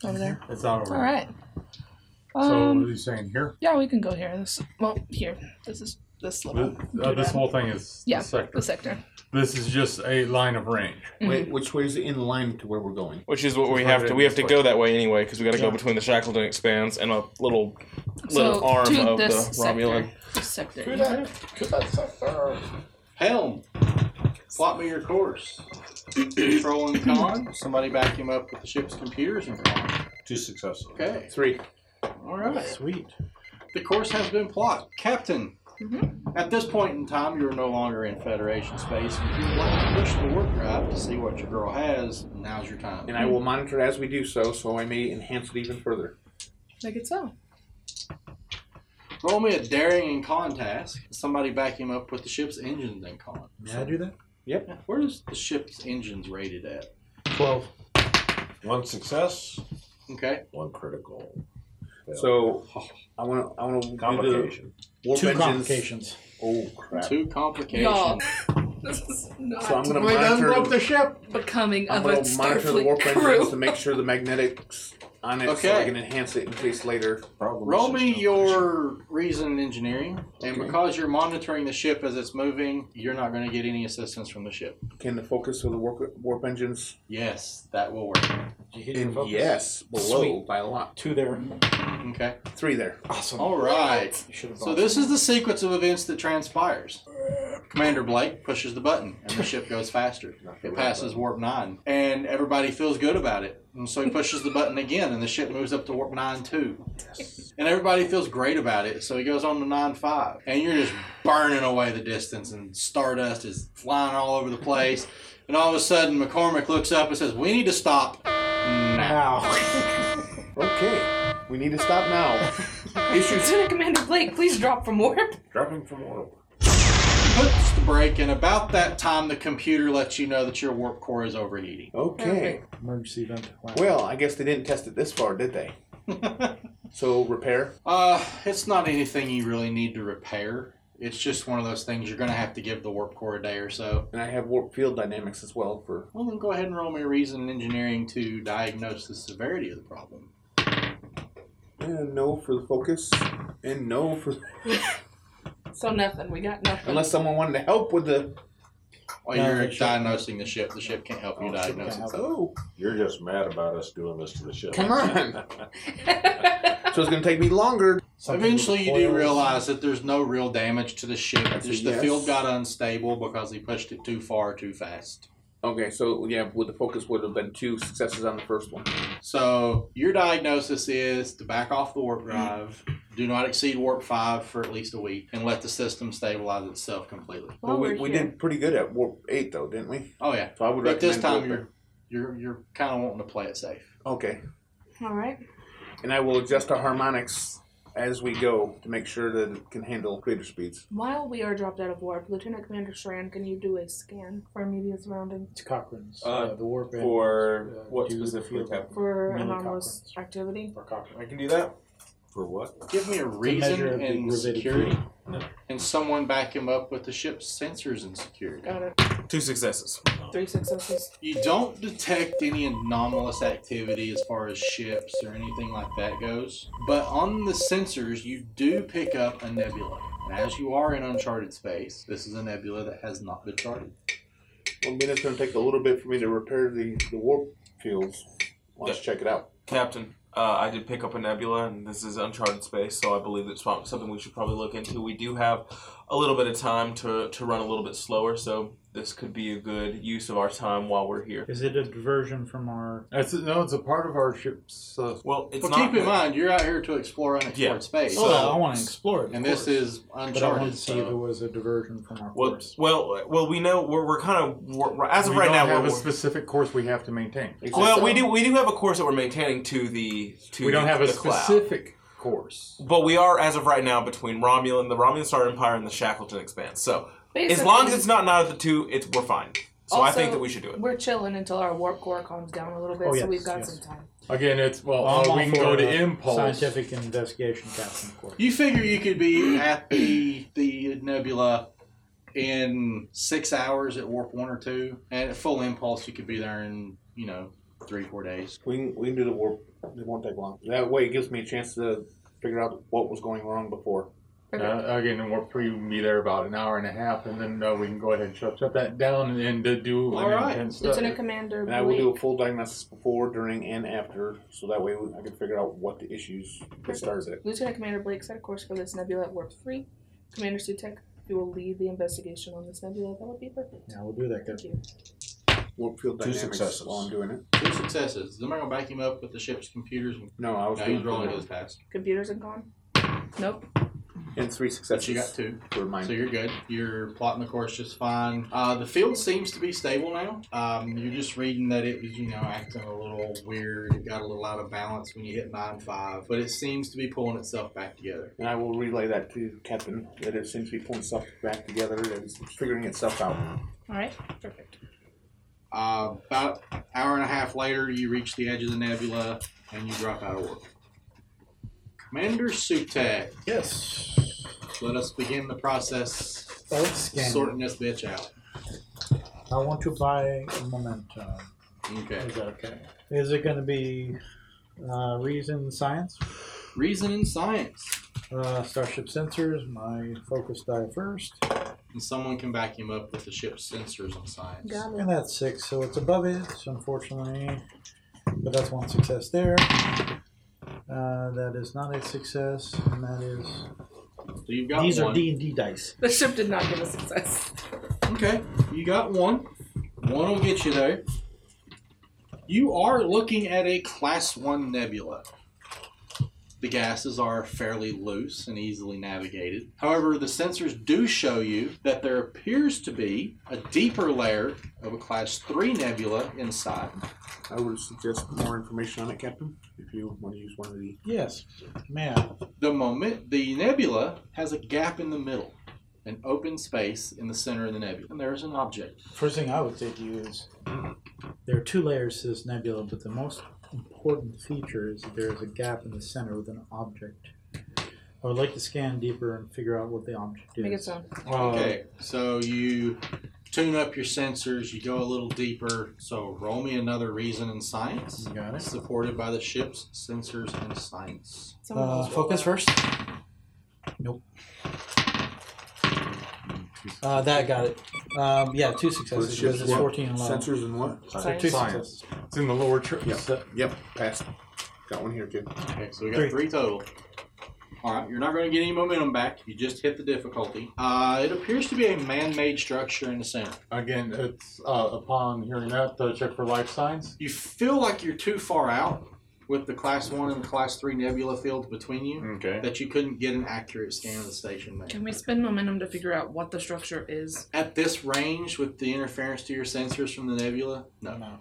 Over there.
It's out over.
All right.
so uh,
Um,
what are you saying here?
yeah, we can go here. This well, here. This is this little.
Uh, this whole thing is
yeah,
the sector.
the sector.
This is just a line of range.
Wait, which way is it in line to where we're going?
Which is what we
Just
have
right
to
in
we have to
this
go
place.
that way anyway because we got to go
Yeah.
between the Shackleton Expanse and a little
So
little arm
to
of the
this sector.
Romulan.
This sector.
Helm, plot me your course. Control and con. Somebody back him up with the ship's computers and con.
Two successes.
Okay,
Three.
all right.
Sweet.
The course has been plotted. Captain, at this point in time, you are no longer in Federation space. If you would like to push the warp drive to see what your girl has, now's your time.
And I
Hmm.
will monitor as we do so, so I may enhance it even further.
Make it so.
Roll me a daring and con task. Somebody back him up with the ship's engines and con.
May I do that?
Where is the ship's engines rated at?
Twelve.
One success,
Okay.
one critical.
[LAUGHS]
So I want to. I want to
Complication.
Do the warp
Two
engines.
complications.
Oh crap!
Two complications.
Y'all. This is not
So I'm going to
We done
monitor.
broke the ship.
becoming
I'm
of a
going to monitor the
Starfleet
warp engines
crew.
to make sure the magnetics on it, so
Okay.
I can enhance it in case later.
Problem
Roll me
system.
your reason in engineering, and
Okay.
because you're monitoring the ship as it's moving, you're not going to get any assistance from the ship.
Can the focus of the warp warp engines?
Yes, that will work.
And yes, below by a lot.
Two there.
Okay.
Three there.
Awesome.
All right.
Should have
So this is the sequence of events that transpires. Commander Blake pushes the button, and the ship goes faster. It passes warp nine, and everybody feels good about it. And so he pushes the button again, and the ship moves up to warp nine too. And everybody feels great about it. So he goes on to nine five, and you're just burning away the distance, and stardust is flying all over the place. And all of a sudden, McCormick looks up and says, "We need to stop."
Okay, we need to stop now. [LAUGHS]
[LAUGHS]
Issues.
Lieutenant Commander Blake, please drop from warp.
Dropping from orb.
Puts the brake, and about that time, the computer lets you know that your warp core is overheating.
Okay.
Emergency event. Wow.
Well, I guess they didn't test it this far, did [LAUGHS] they? so repair.
Uh, it's not anything you really need to repair. It's just one of those things you're going to have to give the warp core a day or so.
And I have warp field dynamics as well for
Well, then go ahead and roll me reason and engineering to diagnose the severity of the problem.
And eh, no for the focus, and no for [LAUGHS]
So nothing. We got nothing.
unless someone wanted to help with the.
While
No,
you're
the ship-
diagnosing the ship, the ship can't help you
Oh, ship
diagnose
can't
it.
help.
Oh,
You're just mad about us doing this to the ship.
come on!
[LAUGHS]
so it's gonna take me longer.
Something
Eventually, you
with
do
coils.
realize that there's no real damage to the ship.
That's a
Just the
yes.
field got unstable because he pushed it too far too fast.
Okay, so yeah, with the focus would have been two successes on the first one.
So your diagnosis is to back off the warp drive. Do not exceed warp five for at least a week, and let the system stabilize itself completely.
While
But we,
we're
we
here.
did pretty good at warp eight though, didn't we?
Oh yeah,
So I would.
but this
recommend
time
warp
you're you're you're kind of wanting to play it safe.
eight. okay,
All right.
and I will adjust our harmonics as we go to make sure that it can handle greater speeds.
While we are dropped out of warp, Lieutenant Commander Shran, can you do a scan for media surroundings
It's Cochrane's.
Uh,
the warp engine.
for
Uh,
what
do the
specifically,
field.
Captain?
for
Mainly
anomalous activity?
For Cochrane.
I can do that.
For what?
Give me a reason
measure of the
and
gravitic
security,
field.
and someone back him up with the ship's sensors and security.
Got it.
Two successes.
Three successes.
You don't detect any anomalous activity as far as ships or anything like that goes, but on the sensors, you do pick up a nebula. And as you are in uncharted space, this is a nebula that has not been charted.
Well, then it's gonna take a little bit for me to repair the the warp fields. Let's check it out.
Captain, uh, I did pick up a nebula, and this is uncharted space, so I believe it's prob- something we should probably look into. We do have a little bit of time to, to run a little bit slower, so this could be a good use of our time while we're here.
Is it a diversion from our?
It's, no, it's a part of our ship's. Uh,
Well, it's
Well,
not.
keep in mind, you're out here to explore unexplored
Yeah.
space.
oh, I want to explore it.
and
of
this
course.
is
But I wanted
uncharted.
to see if
uh,
it
So.
was a diversion from our
Well,
course.
well, well. We know we're, we're kind of we're, we're- as of
we
right
don't
now.
have
We're,
a specific course we have to maintain.
well, we do we do have a course that we're maintaining to the to
We don't
the,
have a
the cloud.
specific course.
But we are, as of right now, between Romulan, the Romulan Star Empire, and the Shackleton Expanse. So as long as it's not not of the two, it's we're fine. So I think
Also,
that we should do it.
We're chilling until our warp core calms down a little bit,
Oh,
so
yes,
we've got
yes.
some time.
Again, it's well,
I'm
uh,
all
we can
for
go
a
to impulse.
Scientific investigation, Captain. Of course.
You figure you could be at the the nebula in six hours at warp one or two, and at full impulse, you could be there in you know three, four days.
We can, we can do the warp. It won't take long. That way, it gives me a chance to figure out what was going wrong before.
Okay.
Uh, again, and we're pre be there about an hour and a half, and then uh, we can go ahead and shut, shut that down and, and uh, do
All
an
right.
intense stuff.
Lieutenant Commander
And I will do
Blake.
a full diagnosis before, during, and after, so that way we- I can figure out what the issues that started it.
Lieutenant Commander Blake set a course for this nebula at warp three. Commander Sutek, if you will lead the investigation on this nebula, that would be perfect.
Yeah, we'll do that,
Thank
guys.
you.
Warp field
Two
dynamics
successes.
while I'm doing it.
Two successes. Is somebody gonna back him up with the ship's computers? And,
No, I was
no, he's
doing
rolling his task.
Computers are gone. Nope.
And three
But
successes
you got two.
for mine.
So you're good. You're plotting the course just fine. Uh, the field seems to be stable now. Um, you're just reading that it was, you know, acting a little weird. It got a little out of balance when you hit nine five, but it seems to be pulling itself back together.
and I will relay that to Captain that it seems to be pulling stuff back together and it's figuring itself out.
All right. Perfect.
Uh, about an hour and a half later, you reach the edge of the nebula and you drop out of work. Commander Sutek,
Yes.
let us begin the process
Start scanning.
sorting this bitch out.
I want to buy momentum.
Okay.
Is that okay? Is it going to be uh, reason science?
Reason and science.
Uh, starship sensors. My focus die first,
And someone can back him up with the ship's sensors on science.
Got it.
and that's six. So it's above it, unfortunately. But that's one success there. Uh, that is not a success, and that is.
So you've got
These
one.
are D and D dice.
The ship did not give us success.
Okay, you got one. One will get you there. You are looking at a class one nebula. The gases are fairly loose and easily navigated. However, the sensors do show you that there appears to be a deeper layer of a class three nebula inside.
I would suggest more information on it, Captain, if you want to use one of the.
Yes, man.
The moment the nebula has a gap in the middle, an open space in the center of the nebula, and there is an object.
First thing I would say to you is there are two layers to this nebula, but the most important feature is that there is a gap in the center with an object. I would like to scan deeper and figure out what the object is.
Make it sound.
Okay, so you tune up your sensors, you go a little deeper. So roll me another reason in science.
You got it.
Supported by the ship's sensors and science.
Someone
Uh,
else roll that.
focus first. Nope. Uh, that got it. Um, yeah, two successes because it's 14 and 11.
Sensors and what?
So two
Science.
successes.
It's in the lower church.
Yep, passed. Got one here too.
Okay, so we got
Three.
three, total. All right, you're not going to get any momentum back. You just hit the difficulty. Uh, it appears to be a man-made structure in the center.
Again, it's uh, upon hearing that, uh, check for life signs.
You feel like you're too far out with the class one and the class three nebula fields between you
Okay.
that you couldn't get an accurate scan of the station there.
Can we spend momentum to figure out what the structure is?
At this range, with the interference to your sensors from the nebula, no.
No.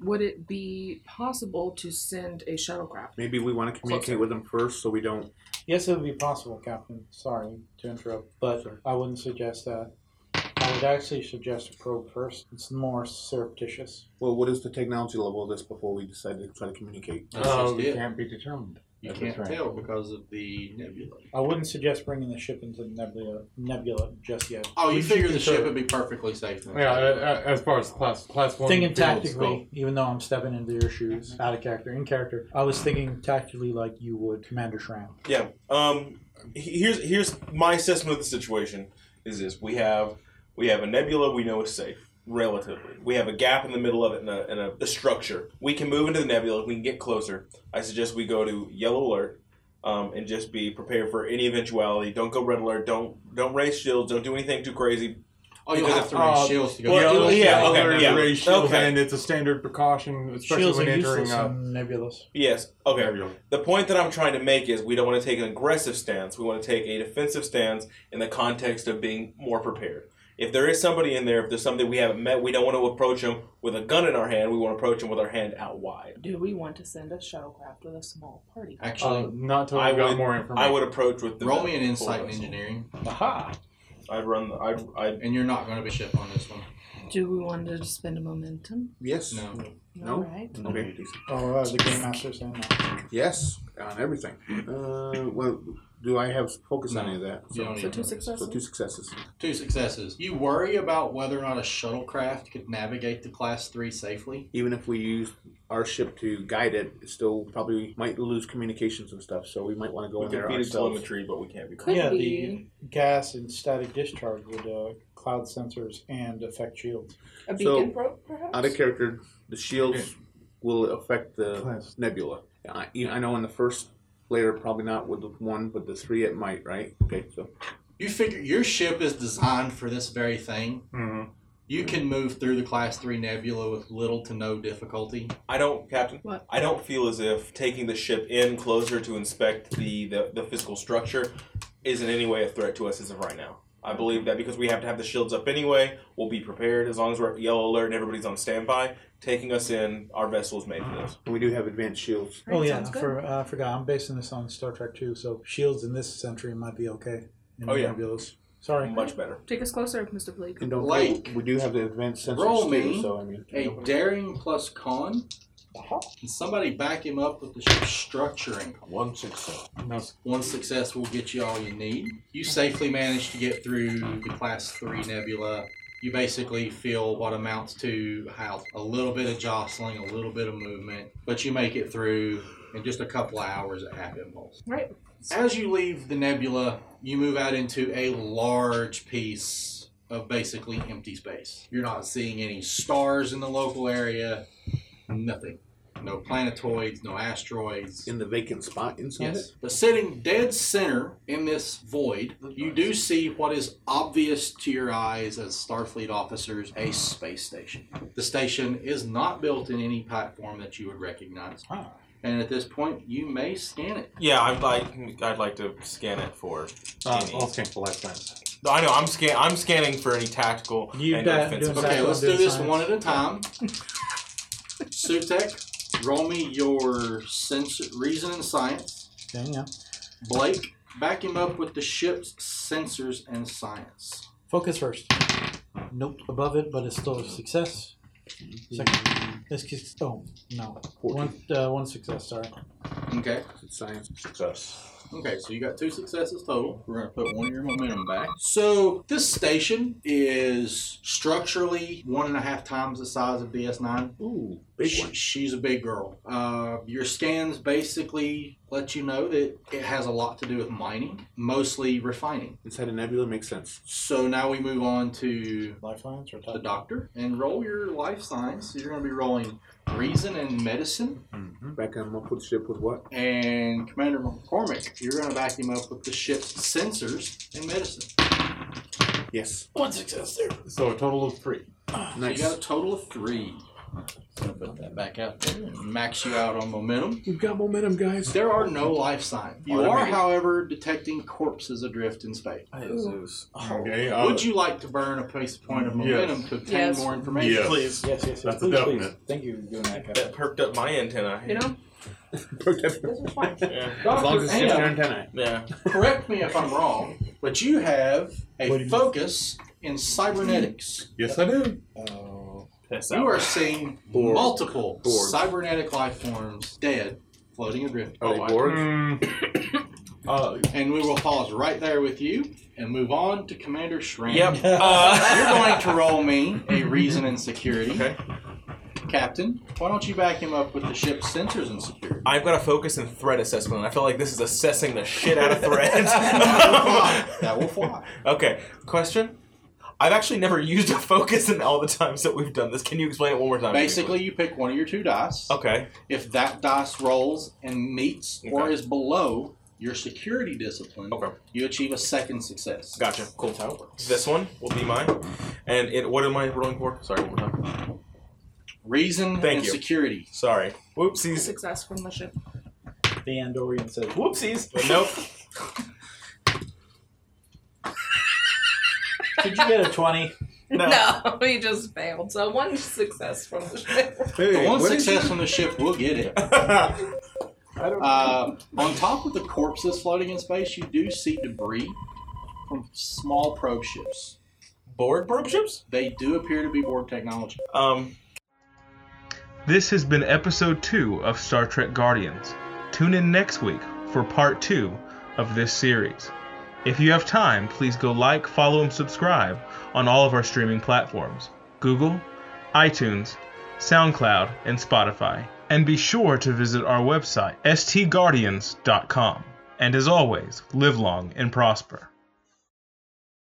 Would it be possible to send a shuttlecraft?
Maybe we want to communicate with them first so we don't.
Yes, it would be possible, Captain. Sorry to interrupt, but I wouldn't suggest that. I would actually suggest a probe first. It's more surreptitious.
Well, what is the technology level of this before we decide to try to communicate?
That's
Um,
Oh,
just it.
can't be determined.
You
That's
can't
right.
tell because of the nebula.
I wouldn't suggest bringing the ship into the nebula, nebula just yet.
Oh, you
Would
figure the
consider-
ship would be perfectly safe. Then.
Yeah, uh, as far as class class one.
Thinking
fields go.
tactically, even though I'm stepping into your shoes,
Mm-hmm.
out of character, in character, I was thinking tactically like you would, Commander Shram.
Yeah. Um. he- Here's here's my assessment of the situation. Is this we have we have a nebula we know is safe relatively. We have a gap in the middle of it and a, and a, a structure. We can move into the nebula. We can get closer. I suggest we go to yellow alert. Um, and just be prepared for any eventuality. Don't go red alert. Don't don't raise shields. Don't do anything too crazy.
Oh, you'll
Because
have to raise
uh,
shields to go.
well,
through
it'll-
it.
yeah, okay,
Other
yeah.
raised shields,
Okay.
And it's a standard precaution, especially
Shields
when
are
entering uh,
useless
a.
in nebulas.
Yes. Okay.
area.
The point that I'm trying to make is we don't want to take an aggressive stance. We want to take a defensive stance in the context of being more prepared. If there is somebody in there, if there's something we haven't met, we don't want to approach them with a gun in our hand. We want to approach them with our hand out wide.
Do we want to send a shuttlecraft with a small party?
Actually,
Uh, not till
I
I got
would-
more information.
I would approach with the
Um, roll me an insight in
Cool.
engineering,
Aha!
I'd run. The, I'd, I'd.
and you're not going to be ship on this one.
Do we want to spend a momentum?
Yes.
No.
No.
All right.
Okay.
Oh, uh, the Game Master saying that.
Yes, on everything. Uh, well, Do I have focus on
No.
any of that?
You don't
So
need
two
to-
So
successes.
two successes.
Two successes. You worry about whether or not a shuttlecraft could navigate the class three safely.
Even if we use our ship to guide it, it still probably might lose communications and stuff. So we might want to go
We
in
can
there
feed it
ourselves.
telemetry, but we can't be.
Could
yeah,
be
the gas and static discharge would uh, cloud sensors and affect shields.
a
so-
beacon probe, perhaps.
Out of character, the shields will affect the
Plants.
nebula. I, you- I know in the first layer, probably not with the one, but the three it might, right? Okay, so
You figure your ship is designed for this very thing.
Mhm.
You can move through the class three nebula with little to no difficulty.
I don't, Captain.
What?
I don't feel as if taking the ship in closer to inspect the, the, the physical structure is in any way a threat to us as of right now. I believe that because we have to have the shields up anyway, we'll be prepared as long as we're at yellow alert and everybody's on standby. Taking us in, our vessel's made for this.
and we do have advanced shields.
Right,
oh yeah,
sounds good.
for, uh, I forgot. I'm basing this on Star Trek too, so shields in this century might be okay. in
Oh, yeah.
nebulas. Sorry.
Much better.
Take us closer, Mr. Blake.
And don't
Blake.
we do have the advanced sensors
Roll
too.
me.
So I mean, Uh-huh.
A daring plus con. Can somebody back him up with the ship structuring?
One success.
One success will get you all you need. You safely manage to get through the class three nebula. You basically feel what amounts to how a little bit of jostling, a little bit of movement, but you make it through in just a couple of hours at half impulse.
Right.
As you leave the nebula, you move out into a large piece of basically empty space. You're not seeing any stars in the local area, nothing. No planetoids, no asteroids.
in the vacant spot inside
Yes.
it.
But sitting dead center in this void, you do see what is obvious to your eyes as Starfleet officers a space station. The station is not built in any platform that you would recognize.
Ah.
And at this point, you may scan it.
Yeah, I'd like I'd like to scan it for.
Uh,
any-
I'll scan for life signs.
I know I'm scan I'm scanning for any tactical
You
and
bet,
offensive.
doing
Okay,
Exactly.
let's do this
Science.
one at a time. Sutek, roll me your sense, reason and science.
Okay, yeah.
Blake, back him up with the ship's sensors and science.
Focus first. Nope, above it, but it's still a success. Second, it's just- oh no, one uh, one success. Sorry.
Okay.
It's science.
Success.
Okay, so you got two successes total. We're gonna put one of your momentum back. So this station is structurally one and a half times the size of DS9.
Ooh,
She- she's a big girl. Uh, your scans basically let you know that it has a lot to do with mining, mostly refining.
Inside a nebula makes sense.
So now we move on to
Lifelines or
the
top?
doctor and roll your life science. You're gonna be rolling reason and medicine.
Back on up with the ship with what?
And Commander McCormick, you're gonna back him up with the ship's sensors and medicine.
Yes.
One success there.
So a total of three.
Nice.
You got a total of three. Gonna put that back out there and max you out on momentum.
We've got momentum, guys.
There are no life signs. You are,
Automated.
however, detecting corpses adrift in space.
Oh,
Okay. Uh,
Would you like to burn a piece point of momentum to obtain
Yes.
more information?
Yes.
Please,
Yes, yes, yes.
That's a
please, please.
definite.
Thank you for doing that, Captain.
that perked up my antenna.
You know, this is
[LAUGHS]
fine.
Yeah.
As long
Doctor
as it's
uh,
just an
Anna,
antenna.
yeah.
correct me if I'm wrong, but you have
What do
a
you-
focus in cybernetics.
yes, I do.
Oh,
That's
You are seeing
Borg.
multiple
Borg.
cybernetic life forms dead, floating adrift.
Oh,
Are they Borg?
Mm. [COUGHS] uh,
And we will pause right there with you and move on to Commander Shran.
Yep. Uh,
[LAUGHS] You're going to roll me a reason and security.
Okay.
Captain, why don't you back him up with the ship's sensors
[LAUGHS]
and security?
[LAUGHS] I've got to focus in threat assessment. and I feel like this is assessing the shit
[LAUGHS]
out of
Fly.
threats.
that will fly.
okay, question. I've actually never used a focus in all the times that we've done this. Can you explain it one more time?
Basically, you pick one of your two dice.
Okay.
If that dice rolls and meets or
Okay.
is below your security discipline,
Okay.
you achieve a second success.
Gotcha. Cool. This one will be mine. And it, what am I rolling for? Sorry, one more time.
Reason
Thank
and
you.
security.
Sorry. Whoopsies.
Success from the ship.
the Andorian says.
Whoopsies. Nope.
Did you get a twenty?
No.
[LAUGHS] No, he just failed. So one success from the ship.
The one success on the ship will
[LAUGHS]
get it.
I don't.
Uh, on top of the corpses floating in space, you do see debris from small probe ships.
Board probe ships?
They do appear to be Borg technology.
Um,
This has been episode 2 of Star Trek Guardians. Tune in next week for part 2 of this series. If you have time, please go like, follow, and subscribe on all of our streaming platforms Google, iTunes, SoundCloud, and Spotify. And be sure to visit our website, stguardians.com. And as always, live long and prosper.